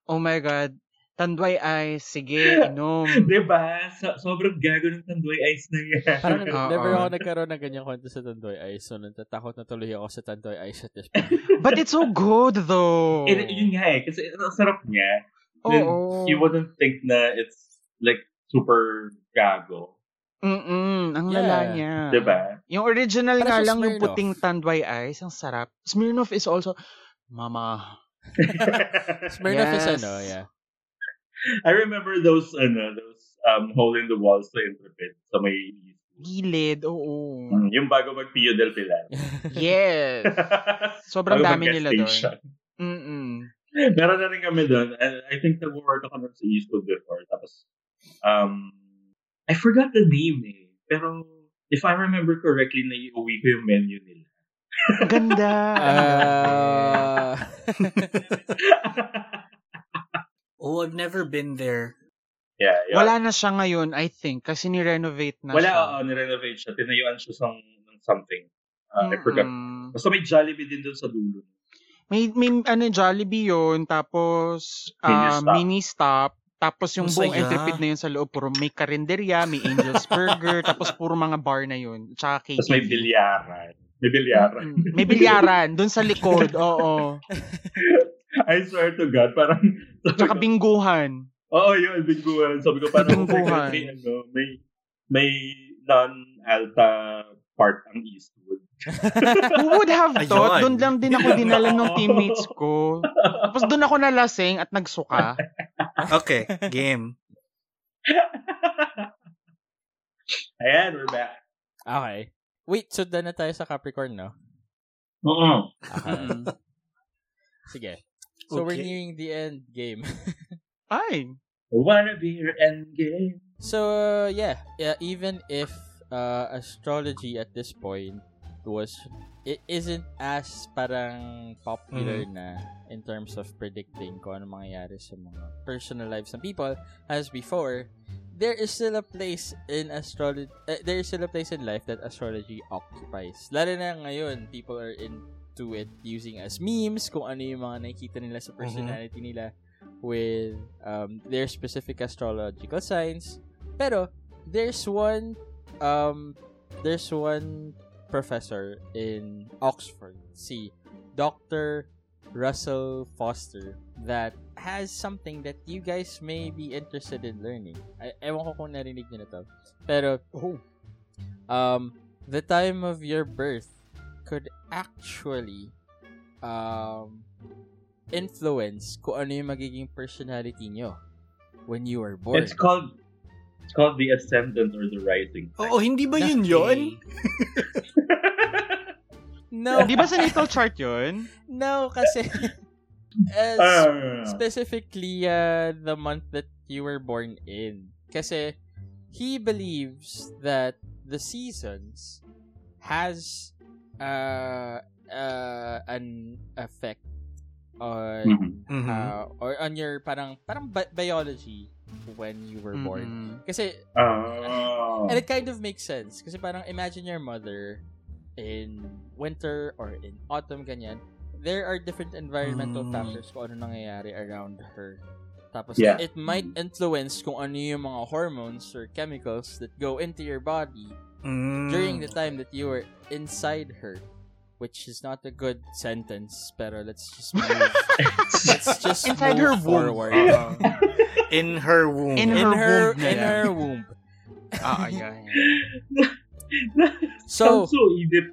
Speaker 4: oh my God, Tanduay ice, sige, inom.
Speaker 1: Diba? So, sobrang gago ng Tanduay Ice na yan.
Speaker 2: Parang
Speaker 4: Oo.
Speaker 2: never ako nagkaroon ng ganyang kwento sa Tandoy Ice. So, natatakot na tuloy ako sa Tandoy Ice at this point.
Speaker 4: But it's so good though.
Speaker 1: Eh, yun nga eh. Kasi ang sarap niya. Then,
Speaker 4: Oo.
Speaker 1: You wouldn't think na it's like super gago.
Speaker 4: Mm-mm, ang
Speaker 2: Yeah.
Speaker 4: lala niya.
Speaker 1: Diba?
Speaker 4: Yung original
Speaker 2: Para
Speaker 4: nga
Speaker 2: sa
Speaker 4: lang yung
Speaker 2: Smirnoff.
Speaker 4: puting Tanduay Ice, ang sarap. Smirnoff is also, Mama.
Speaker 2: Smirnoff is
Speaker 4: Yes.
Speaker 2: ano, yeah.
Speaker 1: I remember those, ano, those um, hole in the walls sa Intrepid sa may
Speaker 4: Gilid, oo.
Speaker 1: Mm, yung bago mag Pio del Pilar.
Speaker 4: Yes. Sobrang
Speaker 1: Bago
Speaker 4: dami
Speaker 1: mag-gas
Speaker 4: nila doon.
Speaker 1: station.
Speaker 4: Mm-mm.
Speaker 1: Meron na rin kami doon. I, I think nag-work ako nun sa Eastwood before. Tapos, um, I forgot the name eh. Pero, if I remember correctly, naiuwi ko yung menu nila.
Speaker 4: Ang Ganda.
Speaker 2: Ah.
Speaker 3: Oh, I've never been there.
Speaker 1: yeah, yeah.
Speaker 4: Wala na siya ngayon, I think, kasi ni-renovate na
Speaker 1: Wala,
Speaker 4: siya.
Speaker 1: oo, nirenovate siya. Tinayuan siya sa ng something. Uh, I
Speaker 4: Mm-mm.
Speaker 1: forgot. Basta may Jollibee din doon sa dulo.
Speaker 4: May, may ano, Jollibee yun, tapos ah,
Speaker 1: Mini-stop.
Speaker 4: mini stop. Tapos yung
Speaker 3: Ang
Speaker 4: buong
Speaker 3: saya.
Speaker 4: entrepid na yun sa loob, puro may karinderya, may Angel's Burger, tapos puro mga bar na yun. Tsaka
Speaker 1: Tapos may
Speaker 4: KTV.
Speaker 1: bilyaran. May bilyaran.
Speaker 4: Mm, May bilyaran, dun sa likod, oo.
Speaker 1: I swear to God, parang...
Speaker 4: Tsaka bingguhan.
Speaker 1: Oo, yun, bingguhan. Sabi ko, parang
Speaker 4: Bingguhan.
Speaker 1: may, ano, may, may non-alta part ang Eastwood.
Speaker 4: Who would have
Speaker 3: Ayun.
Speaker 4: thought? Doon lang din ako dinala ng
Speaker 1: Oo.
Speaker 4: teammates ko. Tapos doon ako nalasing at nagsuka.
Speaker 3: Okay, game.
Speaker 1: Ayan, we're back.
Speaker 2: okay. Wait, so done na tayo sa Capricorn, no?
Speaker 1: Oo.
Speaker 2: Okay. Sige. So, we're
Speaker 3: Okay.
Speaker 2: nearing the end game.
Speaker 4: Ay,
Speaker 1: Wanna be your endgame.
Speaker 2: So uh, yeah, yeah. Even if uh, astrology at this point was it isn't as parang popular na in terms of predicting kung ano mangyayari sa mga personal lives ng people as before. There is still a place in astrology. there is still a place in life that astrology occupies. Lalo na ngayon, people are into it using as memes kung ano yung mga nakikita nila sa personality nila with um, their specific astrological signs. Pero there's one um, there's one professor in Oxford, si Dr. Russell Foster that has something that you guys may be interested in learning. I ewan ko kung narinig niyo na to. Pero um, the time of your birth could actually um, influence kung ano yung magiging personality nyo when you were born.
Speaker 1: It's called it's called the ascendant or the rising.
Speaker 2: Oh.
Speaker 3: Oo, hindi ba yun yun?
Speaker 2: no,
Speaker 4: Eh, di ba sa natal chart yun?
Speaker 2: no, kasi as
Speaker 1: Ah.
Speaker 2: specifically uh, the month that you were born in. Kasi he believes that the seasons has uh, uh, an effect on
Speaker 1: Mhm.
Speaker 3: Mhm.
Speaker 2: uh, or on your parang parang bi- biology when you were born.
Speaker 4: Mm-mm.
Speaker 2: Kasi
Speaker 1: Ah.
Speaker 2: And it kind of makes sense. Kasi parang imagine your mother in winter or in autumn, ganyan. There are different environmental
Speaker 3: Mm.
Speaker 2: factors kung ano nangyayari around her. Tapos
Speaker 1: Yeah.
Speaker 2: it might influence kung ano yung mga hormones or chemicals that go into your body
Speaker 3: Mm.
Speaker 2: during the time that you were inside her. Which is not a good sentence, pero let's just move. let's just
Speaker 4: Inside
Speaker 2: move
Speaker 4: her womb.
Speaker 2: forward.
Speaker 3: Oo. In her womb.
Speaker 4: In
Speaker 2: In
Speaker 4: Her
Speaker 2: her,
Speaker 4: womb na
Speaker 2: in
Speaker 4: yan.
Speaker 2: her womb.
Speaker 4: Ah, ayan.
Speaker 2: So,
Speaker 1: Sounds so Edip.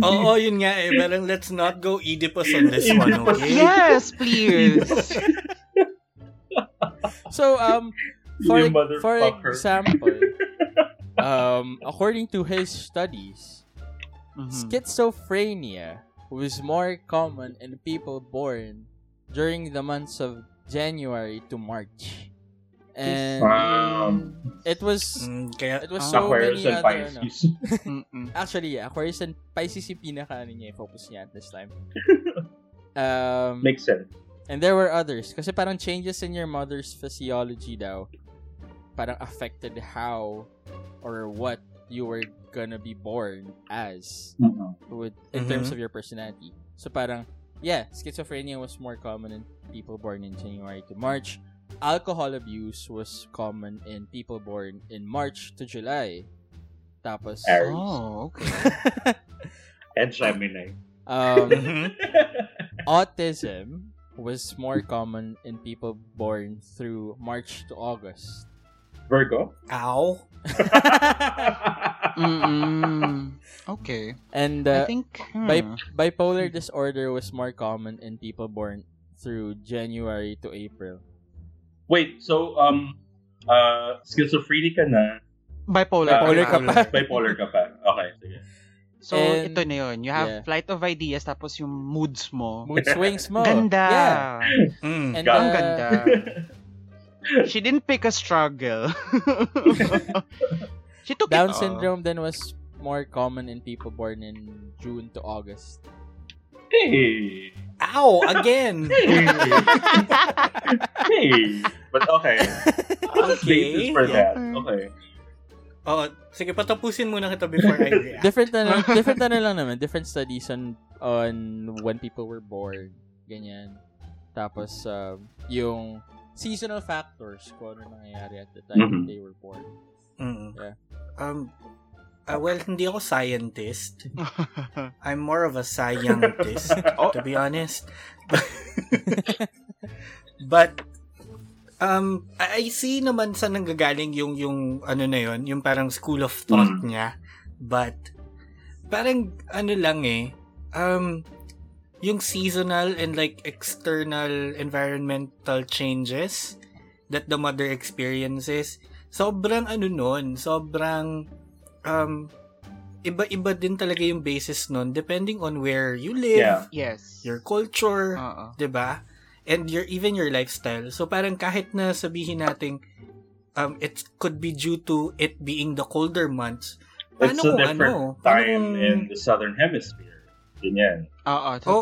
Speaker 2: oh,
Speaker 3: Oo, yun nga eh. Parang let's not go Oedipus on this one,
Speaker 1: Oedipus.
Speaker 3: okay?
Speaker 4: Yes, please.
Speaker 2: So um for
Speaker 1: You motherfucker.
Speaker 2: for example, um according to his studies,
Speaker 1: Mm-hmm.
Speaker 4: Mhm.
Speaker 2: schizophrenia was more common in people born during the months of January to March. And
Speaker 1: Wow.
Speaker 2: it was
Speaker 3: Mm, kaya,
Speaker 2: it was
Speaker 4: Ah.
Speaker 2: so
Speaker 1: Aquarius
Speaker 2: many
Speaker 1: and
Speaker 2: other ano.
Speaker 1: Pisces.
Speaker 4: Mm-mm.
Speaker 2: Actually, yeah, Aquarius and Pisces yung pinaka ano niya, focus niya at this time. Um,
Speaker 1: Makes sense.
Speaker 2: And there were others. Kasi parang changes in your mother's physiology daw parang affected how or what you were gonna be born as
Speaker 1: Mhm.
Speaker 2: with, in terms of your personality. So parang, yeah, schizophrenia was more common in people born in January to March. alcohol abuse was common in people born in March to July. Tapos,
Speaker 1: Aries.
Speaker 4: Oh, okay.
Speaker 1: And Gemini.
Speaker 2: um,
Speaker 3: Mm-hmm.
Speaker 2: autism was more common in people born through March to August.
Speaker 1: Virgo.
Speaker 3: Ow.
Speaker 4: Mm-mm. Okay.
Speaker 2: And
Speaker 4: I
Speaker 2: uh,
Speaker 4: think, Mm. hmm.
Speaker 2: bi- bipolar disorder was more common in people born through January to April.
Speaker 1: Wait, so um uh schizophrenic ka na,
Speaker 4: bipolar.
Speaker 2: Bipolar ka pa.
Speaker 1: bipolar ka pa. Okay, sige.
Speaker 4: So,
Speaker 2: And-
Speaker 4: ito na yun. You have
Speaker 2: Yeah.
Speaker 4: flight of ideas, tapos yung moods mo.
Speaker 2: Mood swings mo.
Speaker 4: Ganda!
Speaker 2: Yeah.
Speaker 3: Mm.
Speaker 2: And,
Speaker 4: Ang
Speaker 2: uh,
Speaker 4: ganda. She didn't pick a struggle. She took
Speaker 2: Down
Speaker 4: it. Oh. all.
Speaker 2: syndrome then was more common in people born in June to August.
Speaker 1: Hey.
Speaker 3: Ow, again.
Speaker 1: Hey. hey. But okay. There's basis for that. Okay.
Speaker 3: Oh, sige, patapusin muna kita before I react.
Speaker 2: Different na lang, different na lang naman. Different studies on on when people were born. Ganyan. Tapos, um, yung seasonal factors kung ano nangyayari at the time
Speaker 1: Mhm.
Speaker 2: they were born.
Speaker 3: Mm.
Speaker 2: Yeah.
Speaker 3: Um, ah, well, hindi ako scientist. I'm more of a scientist, to be honest. But, um, I I see naman sa nanggagaling yung, yung, ano na yun, yung parang school of thought niya. But, parang, ano lang eh, um, yung seasonal and like external environmental changes that the mother experiences, sobrang ano nun, sobrang, um, iba-iba din talaga yung basis nun depending on where you live,
Speaker 1: Yeah.
Speaker 4: Yes. Uh-uh.
Speaker 3: your culture,
Speaker 4: Oo.
Speaker 3: 'di ba? And your even your lifestyle. So parang kahit na sabihin nating um it could be due to it being the colder months.
Speaker 1: It's a
Speaker 3: Paano kung
Speaker 1: different
Speaker 3: ano? Paano
Speaker 1: time
Speaker 3: kung-
Speaker 1: in the southern hemisphere. Ganyan.
Speaker 2: Oh,
Speaker 3: Oo.
Speaker 4: Oo. so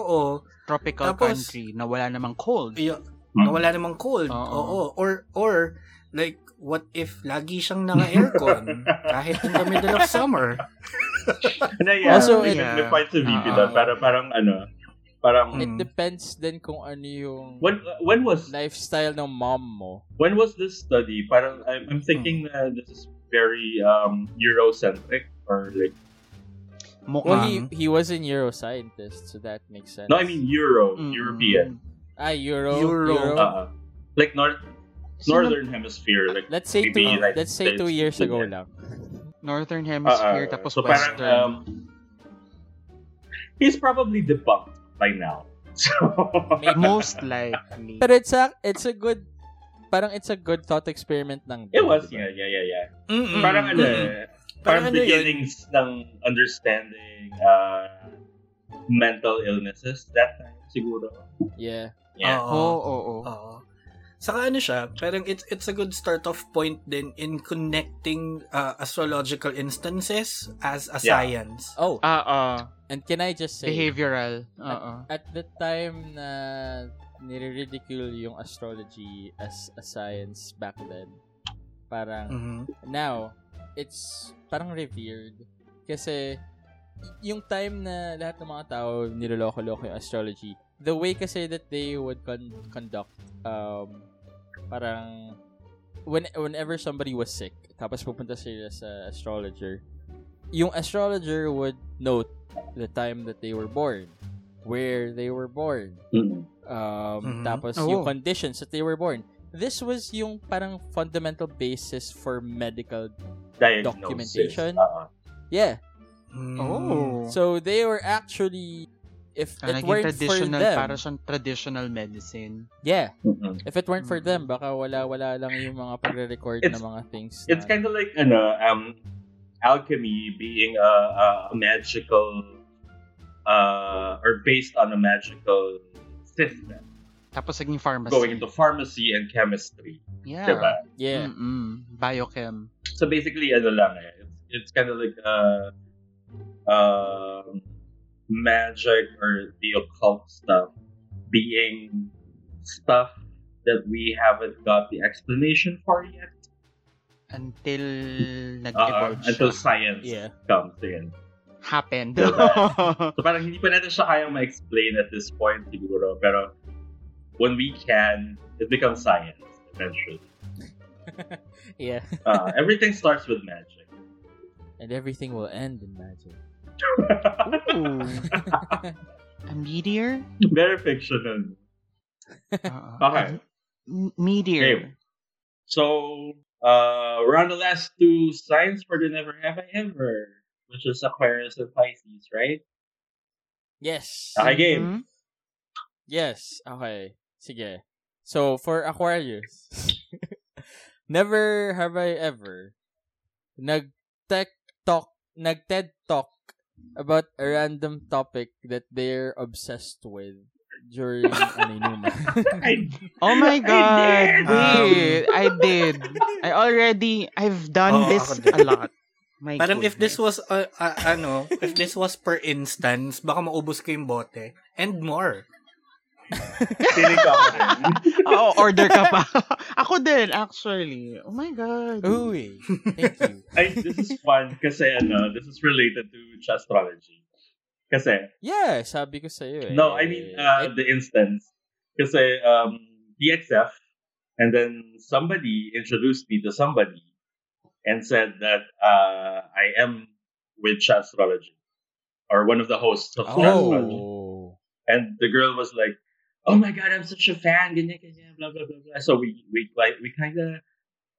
Speaker 4: Uh-uh. Tropical
Speaker 3: Tapos-
Speaker 4: country na wala namang cold.
Speaker 3: Yo,
Speaker 1: Hmm.
Speaker 3: na Ah, wala namang cold.
Speaker 4: Oo.
Speaker 3: Oo. Or or like what if lagi siyang naka-aircon kahit in the middle of summer?
Speaker 1: Na, yeah,
Speaker 2: Also,
Speaker 1: also,
Speaker 4: it-
Speaker 1: may point sa VP
Speaker 4: Ah.
Speaker 1: doon. Para, parang ano, parang,
Speaker 3: Mm.
Speaker 2: It depends din kung ano yung
Speaker 1: when, when was,
Speaker 2: lifestyle ng mom mo.
Speaker 1: when was this study? Parang, I'm, I'm thinking na this is very um, Eurocentric or like,
Speaker 4: Mukha.
Speaker 2: Well, he, he was a neuroscientist, so that makes sense.
Speaker 1: no, I mean Euro,
Speaker 4: Mm.
Speaker 1: European.
Speaker 2: Ah, Euro.
Speaker 3: Euro.
Speaker 2: Euro.
Speaker 1: Uh, like, north,
Speaker 4: Sino-
Speaker 1: northern hemisphere. Like,
Speaker 2: let's say two,
Speaker 1: Maybe United
Speaker 2: let's say
Speaker 1: States,
Speaker 2: two years ago
Speaker 1: ganyan.
Speaker 2: lang.
Speaker 4: Northern
Speaker 1: uh,
Speaker 4: Hemisphere, tapos
Speaker 1: so
Speaker 4: Western.
Speaker 1: parang, um, he's probably debunked by now. So,
Speaker 4: Most likely.
Speaker 2: Pero it's a, it's a good, parang it's a good thought experiment ng
Speaker 1: it was, yeah, yeah, yeah, yeah.
Speaker 3: Mm-mm.
Speaker 1: Parang ano,
Speaker 3: Mm-mm.
Speaker 1: eh,
Speaker 3: Mm-hmm.
Speaker 1: parang
Speaker 3: Parang ano yun?
Speaker 1: beginnings ng understanding uh, mental illnesses that time siguro.
Speaker 2: Yeah.
Speaker 1: Yeah.
Speaker 4: Oo,
Speaker 3: Oo.
Speaker 4: oo,
Speaker 1: Oh.
Speaker 4: oo.
Speaker 3: Oo. Saka ano siya, parang it's, it's a good start-off point din in connecting uh, astrological instances as a
Speaker 1: Yeah.
Speaker 3: science.
Speaker 2: Oh,
Speaker 4: Ah, ah.
Speaker 2: and can I just say,
Speaker 4: Behavioral. Oo.
Speaker 2: at the time na nire-ridicule yung astrology as a science back then, parang
Speaker 3: Mhm.
Speaker 2: now, it's parang revered. Kasi, yung time na lahat ng mga tao niloloko-loko yung astrology, the way kasi that they would con- conduct, um, parang, when, whenever somebody was sick, tapos pupunta sila sa astrologer, yung astrologer would note the time that they were born, where they were born,
Speaker 1: Mm.
Speaker 2: Um,
Speaker 4: Mm-hmm.
Speaker 3: Mhm.
Speaker 2: Tapos
Speaker 4: Oo.
Speaker 2: yung conditions that they were born. This was yung parang fundamental basis for medical.
Speaker 1: Diagnosis.
Speaker 2: Documentation?
Speaker 1: Uh-uh.
Speaker 2: Yeah.
Speaker 3: Mm.
Speaker 4: Oh.
Speaker 2: So they were actually, if
Speaker 4: Ah,
Speaker 2: it
Speaker 4: naging
Speaker 2: weren't for
Speaker 4: traditional,
Speaker 2: them,
Speaker 4: para siyang traditional medicine.
Speaker 2: yeah.
Speaker 1: Mm-mm.
Speaker 2: If it weren't for
Speaker 4: Mm.
Speaker 2: them, baka wala wala lang yung mga pagre-record
Speaker 1: It's-
Speaker 2: na mga things.
Speaker 1: It's
Speaker 2: na,
Speaker 1: kind of like ano, um, alchemy being a, a a magical uh, or based on a magical system
Speaker 4: Tapos naging pharmacy.
Speaker 1: going into pharmacy and chemistry,
Speaker 4: yeah.
Speaker 1: diba?
Speaker 2: yeah.
Speaker 4: Mm-mm. Biochem.
Speaker 1: So basically, ano lang eh, it's, it's kind of like uh, um magic or the occult stuff being stuff that we haven't got the explanation for yet
Speaker 4: Until
Speaker 1: uh,
Speaker 4: nag-evolve siya.
Speaker 1: until science
Speaker 2: Yeah.
Speaker 1: comes in.
Speaker 4: Happened.
Speaker 1: Diba? So parang hindi pa natin siya kayang ma-explain at this point siguro, pero when we can, it becomes science. eventually.
Speaker 2: Yeah.
Speaker 1: Uh, everything starts with magic.
Speaker 2: And everything will end in magic.
Speaker 4: Ooh. Oh. A meteor?
Speaker 1: Very fictional.
Speaker 4: Oo.
Speaker 1: Okay.
Speaker 4: M- meteor.
Speaker 1: So, uh, we're on the last two signs for the Never Have I Ever, which is Aquarius and Pisces, right?
Speaker 2: Yes.
Speaker 1: Okay, game.
Speaker 4: Mhm.
Speaker 2: Yes. Okay. Sige. So, for Aquarius, never have I ever nag-tech talk, nag-TED talk about a random topic that they're obsessed with during Aninuma.
Speaker 1: I-
Speaker 4: Oh my
Speaker 1: I
Speaker 4: God.
Speaker 1: did!
Speaker 4: Wait, I did. I already, I've done
Speaker 3: Oo,
Speaker 4: this
Speaker 3: Oh, ako din.
Speaker 4: a lot. My
Speaker 3: Parang if this
Speaker 4: goodness.
Speaker 3: was, uh, uh, ano, if this was per instance, baka maubos ko yung bote. And more.
Speaker 1: Tinig ako rin.
Speaker 4: Oo, Ah, oh, order ka pa. Ako din, actually. Oh my God.
Speaker 2: Uy. Thank you.
Speaker 1: Ay, this is fun kasi ano, this is related to astrology. Kasi,
Speaker 2: Yeah, sabi ko sa'yo eh.
Speaker 1: No, I mean uh, the instance. Kasi um, PXF, and then somebody introduced me to somebody and said that uh, I am with astrology or one of the hosts of astrology.
Speaker 2: oh.
Speaker 1: And the girl was like, "Oh my god, I'm such a fan!" Ganyan, ganyan, blah blah blah blah. So we we like we kind of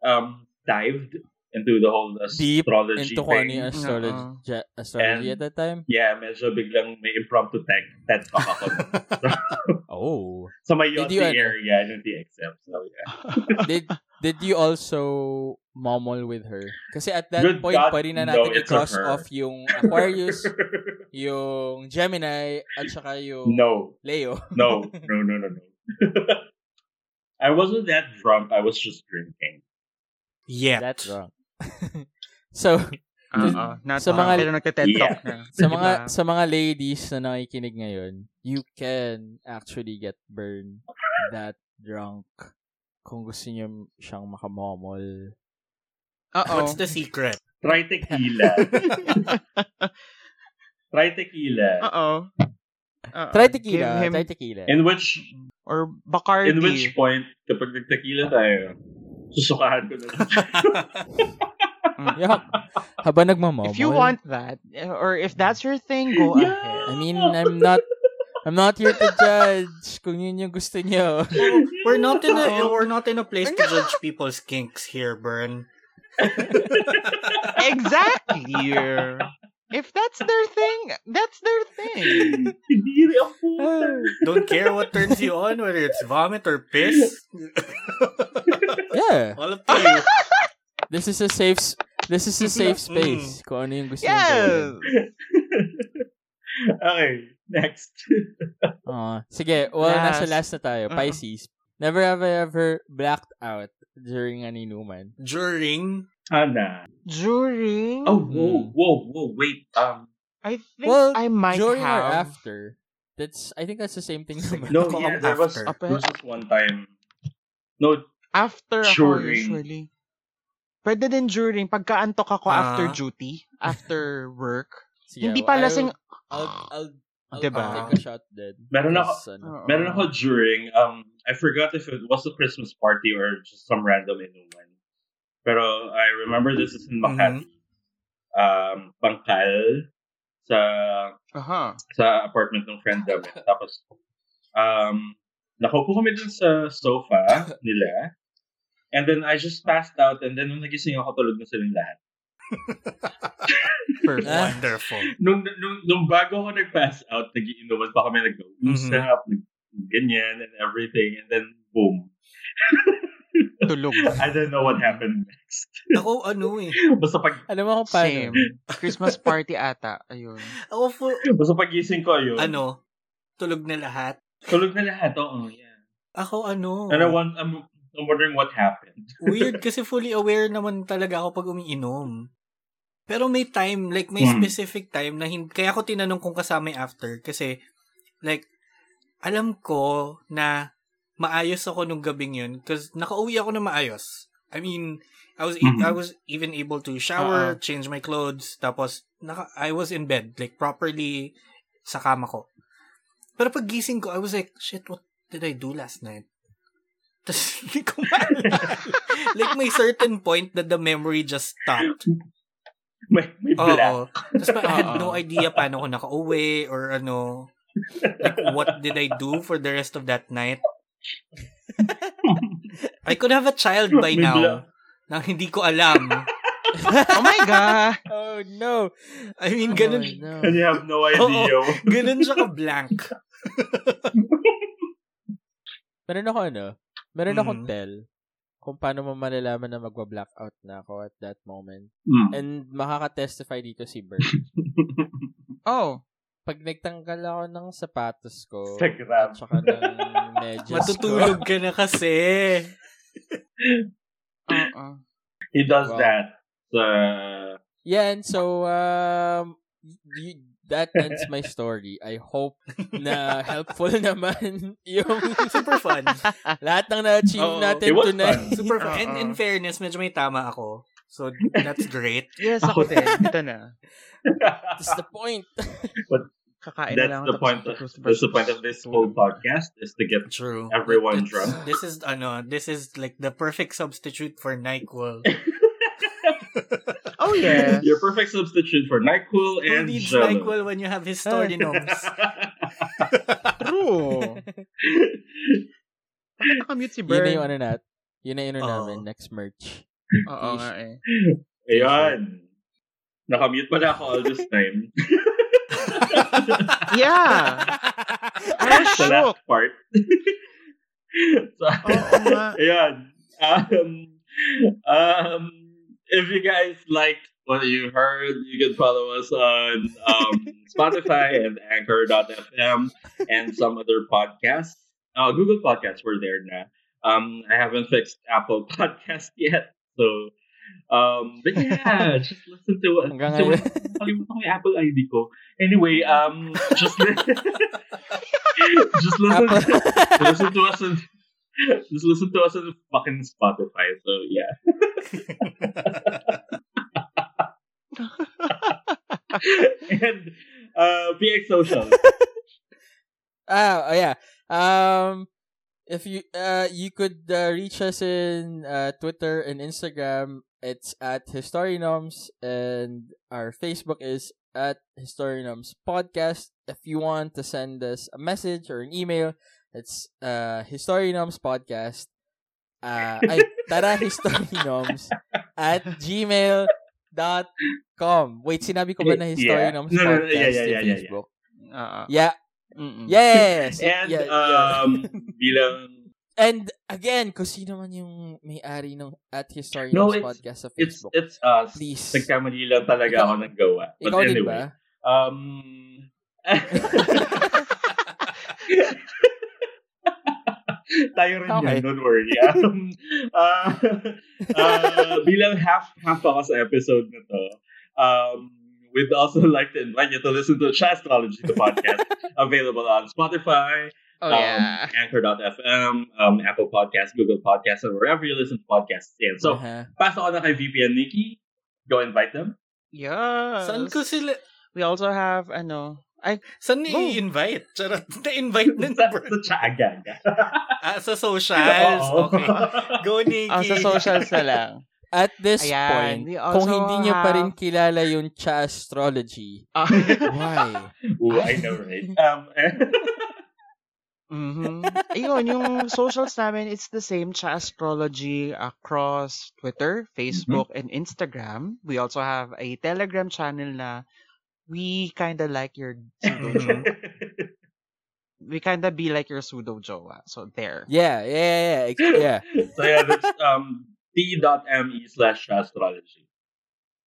Speaker 1: um, dived into the whole
Speaker 2: Deep
Speaker 1: astrology
Speaker 2: Into ko ano yung
Speaker 1: thing.
Speaker 2: astrology, ja- astrology
Speaker 1: And-
Speaker 2: at that time?
Speaker 1: Yeah, medyo biglang may impromptu tech TED talk ako.
Speaker 2: Oh.
Speaker 1: sa may
Speaker 2: Did
Speaker 1: yachty
Speaker 2: you ano?
Speaker 1: area ng TXM. So, yeah.
Speaker 2: did did you also momol with her? Kasi at that
Speaker 1: Good
Speaker 2: point,
Speaker 1: God,
Speaker 2: pwede na
Speaker 1: no,
Speaker 2: natin
Speaker 1: it's a
Speaker 2: i-cross
Speaker 1: her.
Speaker 2: off yung Aquarius, yung Gemini, at saka yung
Speaker 1: no,
Speaker 2: Leo.
Speaker 1: no, no, no, no, no. I wasn't that drunk. I was just drinking.
Speaker 3: Yeah.
Speaker 2: That's wrong. so,
Speaker 4: Oo, not
Speaker 2: Sa mga-
Speaker 4: sa mga, pero nagte-TED Talk na.
Speaker 2: sa
Speaker 4: Diba?
Speaker 2: mga sa mga ladies na nakikinig ngayon, you can actually get burned that drunk kung gusto niyo siyang makamomol.
Speaker 4: Oo.
Speaker 3: What's the secret?
Speaker 1: Try tequila. Try
Speaker 3: Uh,
Speaker 1: tequila.
Speaker 4: Oo. Oo.
Speaker 2: Try
Speaker 4: Give
Speaker 2: tequila.
Speaker 4: him-
Speaker 2: Try tequila.
Speaker 1: In which
Speaker 4: Or Bacardi.
Speaker 1: in which point, kapag nag-tequila tayo, susukahan ko na lang.
Speaker 2: Yuck. Habang nagmamomol.
Speaker 4: If you want that, eh, or if that's your thing, go
Speaker 1: Yeah.
Speaker 4: ahead.
Speaker 2: I mean, I'm not I'm not here to judge kung yun yung gusto niyo.
Speaker 3: Oh, We're not in a,
Speaker 4: Oh.
Speaker 3: we're not in a place to judge people's kinks here, Bern.
Speaker 4: Exactly. if that's their thing, that's their thing.
Speaker 1: Hindi rin ako.
Speaker 3: Don't care what turns you on, whether it's vomit or piss.
Speaker 2: yeah.
Speaker 3: All up to you.
Speaker 2: This is a safe s- this is a safe space kung ano yung gusto niyo.
Speaker 4: Mm. Yes.
Speaker 3: Ah.
Speaker 1: Okay, next.
Speaker 2: Uh, sige, well, nasa last
Speaker 4: Last.
Speaker 2: na tayo.
Speaker 4: Uh-uh.
Speaker 2: Pisces. Never have I ever blacked out during an inuman.
Speaker 3: During
Speaker 1: Ana.
Speaker 4: During,
Speaker 1: Oh, whoa, whoa, whoa, wait. Um,
Speaker 4: I think
Speaker 2: Well,
Speaker 4: I might
Speaker 2: during or
Speaker 4: have.
Speaker 2: after. That's, I think that's the same thing. naman.
Speaker 1: no,
Speaker 3: Ako
Speaker 1: yeah,
Speaker 3: ang
Speaker 1: there was,
Speaker 3: after.
Speaker 1: there was this one time. No,
Speaker 4: After ako
Speaker 1: During.
Speaker 4: usually. Pwede din during. Pagkaantok ako
Speaker 3: Ah.
Speaker 4: after duty, after work.
Speaker 2: Sige,
Speaker 4: Hindi pa
Speaker 2: I'll-
Speaker 4: lasing.
Speaker 2: I'll, I'll, I'll
Speaker 4: Diba?
Speaker 2: take a shot then.
Speaker 1: Meron ako-
Speaker 2: Yes, ano.
Speaker 4: Oo.
Speaker 1: Meron
Speaker 3: Oh.
Speaker 1: ako during, um, I forgot if it was a Christmas party or just some random inuman. Pero I remember this is in
Speaker 3: Mm-hmm.
Speaker 1: Makati. Um, Bangkal. Sa,
Speaker 4: Aha.
Speaker 1: sa apartment ng friend namin. Tapos, um, nakaupo kami dun sa sofa nila. And then I just passed out and then nung nagising ako tulog na silang lahat.
Speaker 4: Perfect.
Speaker 3: wonderful.
Speaker 1: Nung, nung, nung bago ako nag-pass out, nagiinuman pa kami nag-uusap, nag- ganyan and everything. And then, boom.
Speaker 4: Tulog.
Speaker 1: I don't know what happened next.
Speaker 3: Ako ano eh.
Speaker 1: basta pag
Speaker 2: Alam mo kung paano.
Speaker 4: Same. Christmas party ata. Ayun.
Speaker 3: Ako for
Speaker 1: basta pagising ko yun.
Speaker 3: ano, tulog na lahat.
Speaker 1: Tulog na lahat, oo. Yeah.
Speaker 3: Ako ano.
Speaker 1: And I want, I'm, I'm wondering what happened.
Speaker 3: Weird kasi fully aware naman talaga ako pag umiinom. Pero may time, like may
Speaker 1: Hmm.
Speaker 3: specific time na hindi, kaya ako tinanong kung kasama yung after kasi like alam ko na maayos ako nung gabing yun because nakauwi ako na maayos. I mean, I was e-
Speaker 1: Mhm.
Speaker 3: I was even able to shower, change my clothes, tapos naka, I was in bed like properly sa kama ko. Pero pag gising ko, I was like, shit, what did I do last night? Tapos hindi ko maalala. like may certain point that the memory just stopped.
Speaker 1: May, may black.
Speaker 3: Oo. Tapos I had no idea paano ako nakauwi or ano. Like what did I do for the rest of that night? I could have a child by
Speaker 1: May
Speaker 3: now.
Speaker 1: black.
Speaker 3: Nang hindi ko alam.
Speaker 4: Oh my God!
Speaker 2: Oh, no.
Speaker 3: I mean, ganun,
Speaker 2: Oh,
Speaker 1: And
Speaker 2: no.
Speaker 1: you have no idea.
Speaker 3: ganun siya ka-blank.
Speaker 2: Meron ako ano, meron akong
Speaker 3: Mm.
Speaker 2: tell kung paano mo malalaman na magwa-blackout na ako at that moment.
Speaker 1: Mm.
Speaker 2: And makaka-testify dito si Bert.
Speaker 4: Oh.
Speaker 2: Pag nagtanggal ako ng sapatos ko,
Speaker 1: Sa grab.
Speaker 2: at saka ng medyas ko.
Speaker 3: Matutulog ka na kasi.
Speaker 4: Oo.
Speaker 1: He does
Speaker 2: Wow.
Speaker 1: that. Uh,
Speaker 2: Yan, so, um, y- that ends my story. I hope na helpful naman yung
Speaker 3: Super fun.
Speaker 2: lahat ng na-achieve
Speaker 5: Oo,
Speaker 2: natin
Speaker 1: it was
Speaker 2: tonight.
Speaker 3: Super fun. And
Speaker 4: Oo.
Speaker 3: in fairness, medyo may tama ako. So, that's great.
Speaker 4: Yes, ako din. Ito na.
Speaker 2: That's the point.
Speaker 4: Kakain na
Speaker 1: that's
Speaker 4: lang.
Speaker 1: the
Speaker 4: tapos
Speaker 1: point. Of,
Speaker 4: toothbrush.
Speaker 1: that's the point of this whole podcast is to get
Speaker 3: True.
Speaker 1: everyone drunk.
Speaker 3: This is, ano, this is like the perfect substitute for NyQuil.
Speaker 4: Oh, yes.
Speaker 1: Your perfect substitute for Nyquil
Speaker 3: Who
Speaker 1: and
Speaker 3: needs
Speaker 1: Jell-O.
Speaker 3: NyQuil when you have historinums?
Speaker 4: True. Bakit nakamute si
Speaker 2: Yun na
Speaker 4: Bird?
Speaker 2: yung ano nat. Yun na yung ano
Speaker 3: Oo.
Speaker 2: namin. Next merch.
Speaker 4: Oo nga eh.
Speaker 1: Ayan. Nakamute pa na ako all this time.
Speaker 4: Yeah! Oh,
Speaker 1: Sa
Speaker 4: shook!
Speaker 1: last part. so,
Speaker 4: Oo nga.
Speaker 1: Ayan. Um, um, if you guys liked what you heard, you can follow us on um, Spotify and Anchor.fm and some other podcasts. Uh, Google Podcasts, we're there now. Um, I haven't fixed Apple Podcasts yet, so. Um, but yeah, just listen to us.
Speaker 2: Hanggang
Speaker 1: So,
Speaker 2: ngayon.
Speaker 1: nakalimutan ko yung Apple ID ko. Anyway, um, just, li- just listen
Speaker 2: Apple.
Speaker 1: listen to us on just listen to us on fucking Spotify. So yeah. and uh PX Social.
Speaker 2: Ah, oh yeah. Um, if you uh, you could uh, reach us in uh, Twitter and Instagram. It's at Historinoms, and our Facebook is at Historinoms Podcast. If you want to send us a message or an email, it's uh, Historinoms Podcast. Uh, ay, tara, Historinoms at gmail.com. Wait, sinabi ko ba
Speaker 1: Eh,
Speaker 2: na
Speaker 1: Yeah.
Speaker 2: Historinoms
Speaker 1: No, no, no,
Speaker 2: Podcast
Speaker 1: yeah, yeah,
Speaker 2: yung
Speaker 1: yeah, yeah, yeah.
Speaker 2: Facebook?
Speaker 4: Oo.
Speaker 2: Yeah,
Speaker 4: Uh-uh. Mm-mm.
Speaker 2: Yes.
Speaker 1: And
Speaker 2: Yeah, yeah.
Speaker 1: um bilang
Speaker 2: and again, kung sino man yung may-ari ng at Historians
Speaker 1: No, it's-
Speaker 2: podcast sa
Speaker 1: it's
Speaker 2: Facebook.
Speaker 1: it's us.
Speaker 2: please.
Speaker 1: Nagkamali lang talaga ako ng gawa. But
Speaker 2: Ikaw din
Speaker 1: anyway.
Speaker 2: ba?
Speaker 1: Um Tayo rin
Speaker 2: Okay.
Speaker 1: yan, don't worry. Um, uh, uh, bilang half half ako sa episode na to, um, we'd also like to invite you to listen to Chastrology, the podcast, available on Spotify,
Speaker 4: Oh,
Speaker 1: um,
Speaker 4: yeah.
Speaker 1: Anchor.fm, um, Apple Podcasts, Google Podcasts, and wherever you listen to podcasts. Yan. So,
Speaker 2: Uh-huh.
Speaker 1: pass on na kay VPN Nikki. Go invite them.
Speaker 4: Yes.
Speaker 3: Saan ko sila,
Speaker 4: We also have, ano, ay,
Speaker 3: saan
Speaker 4: Go.
Speaker 3: na-invite? Charot, na-invite na
Speaker 1: Sa, sa Chagan.
Speaker 3: Ah, sa socials.
Speaker 1: Oo.
Speaker 3: Okay. Go, Nikki.
Speaker 4: ah, sa socials na lang.
Speaker 2: At this
Speaker 4: Ayan,
Speaker 2: point,
Speaker 4: we
Speaker 2: kung
Speaker 4: also
Speaker 2: hindi nyo pa rin
Speaker 4: have-
Speaker 2: kilala yung Cha Astrology,
Speaker 4: Ah.
Speaker 2: why?
Speaker 1: Ooh, I know, right? Um,
Speaker 4: Mhm. Ayun, yung socials namin, it's the same cha astrology across Twitter, Facebook,
Speaker 1: Mm-hmm.
Speaker 4: and Instagram. We also have a Telegram channel na we kinda like your pseudo
Speaker 3: Mm-hmm.
Speaker 4: jowa. we kinda be like your pseudo jowa. So there.
Speaker 2: Yeah, yeah, yeah, yeah. yeah.
Speaker 1: so yeah, that's um t.me E slash astrology.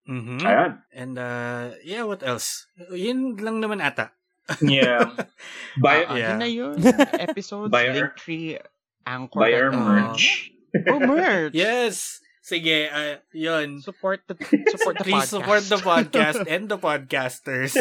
Speaker 3: Mhm.
Speaker 1: Ayan.
Speaker 3: And uh, yeah, what else? Yun lang naman ata.
Speaker 1: Yeah. Buy,
Speaker 4: Ah,
Speaker 3: yeah.
Speaker 4: Yun na yun. Episodes,
Speaker 1: By our-
Speaker 4: link tree, anchor.
Speaker 1: buy our
Speaker 4: Ah.
Speaker 3: Uh-huh.
Speaker 1: merch.
Speaker 4: Oh, merch.
Speaker 3: Yes! Sige, uh, yun.
Speaker 4: Support the support the
Speaker 3: Please
Speaker 4: podcast.
Speaker 3: support the podcast and the podcasters.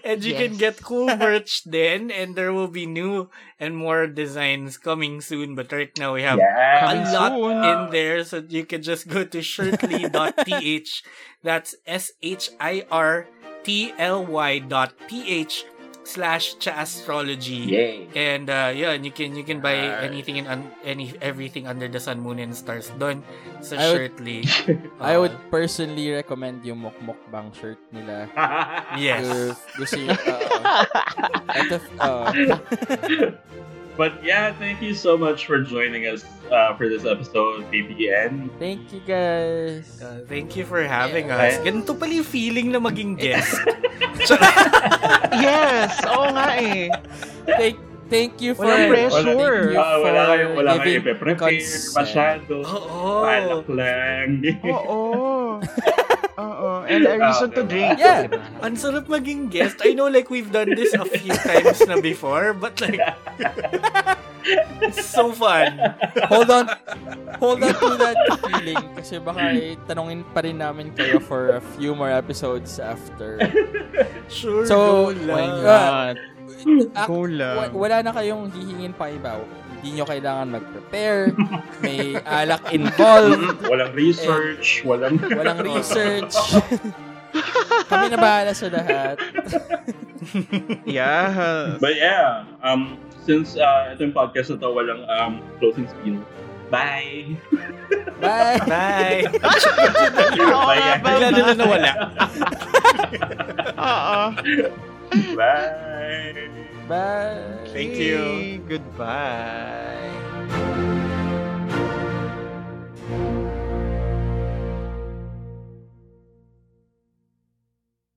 Speaker 3: and you can get
Speaker 4: Yes.
Speaker 3: cool merch then, and there will be new and more designs coming soon. But right now, we have a
Speaker 1: Yeah.
Speaker 4: Coming
Speaker 3: lot
Speaker 4: soon.
Speaker 3: in there, so you can just go to shirtly.ph. That's S H I R T L Y dot P H slash Cha Astrology.
Speaker 1: Yay.
Speaker 3: And uh, yeah, you can you can buy
Speaker 1: Alright.
Speaker 3: anything and un- any everything under the sun, moon, and stars doon sa
Speaker 2: I would-
Speaker 3: shirtly.
Speaker 2: I would
Speaker 4: Uh-huh.
Speaker 2: personally recommend yung mukmuk bang shirt nila.
Speaker 3: Yes.
Speaker 2: If gusto nyo, oo. At uh, if, oo.
Speaker 1: but yeah, thank you so much for joining us uh, for this episode, BPN.
Speaker 2: thank you guys.
Speaker 3: Uh, thank you for having
Speaker 1: Yeah.
Speaker 3: us. Ganito pala yung feeling na maging guest.
Speaker 4: Yes! Oo nga eh.
Speaker 2: Thank, thank you for...
Speaker 4: Walang pressure.
Speaker 2: Thank you
Speaker 1: Ah, wala
Speaker 2: for
Speaker 1: kayong, wala kayong
Speaker 2: giving
Speaker 1: ipe-prepare
Speaker 2: consent.
Speaker 1: masyado.
Speaker 3: Oh, Oo.
Speaker 1: Palak lang.
Speaker 3: Oh,
Speaker 4: Oo. Oo. And a reason to diba? drink.
Speaker 2: Yeah.
Speaker 3: Ang sarap maging guest. I know like we've done this a few times na before, but like it's so fun.
Speaker 2: Hold on. Hold on to that feeling kasi baka eh, tanungin pa rin namin kayo for a few more episodes after.
Speaker 3: Sure.
Speaker 2: So,
Speaker 3: go
Speaker 4: My
Speaker 3: lang.
Speaker 4: God.
Speaker 2: Ah,
Speaker 3: uh,
Speaker 4: Go lang.
Speaker 2: Wa- wala na kayong hihingin pa iba. Hindi nyo kailangan mag-prepare. May alak
Speaker 3: oh.
Speaker 2: involved.
Speaker 1: walang research, walang...
Speaker 2: Walang research. Kami na bahala sa lahat.
Speaker 4: Yes.
Speaker 1: But yeah, um, since uh, itong podcast na to, walang um, closing spiel. Bye!
Speaker 2: Bye!
Speaker 3: Bye.
Speaker 4: Oo nga,
Speaker 1: Bye!
Speaker 3: Bigla nila nawala.
Speaker 4: Oo.
Speaker 1: Bye!
Speaker 2: Bye!
Speaker 5: Thank you.
Speaker 4: Okay, Goodbye.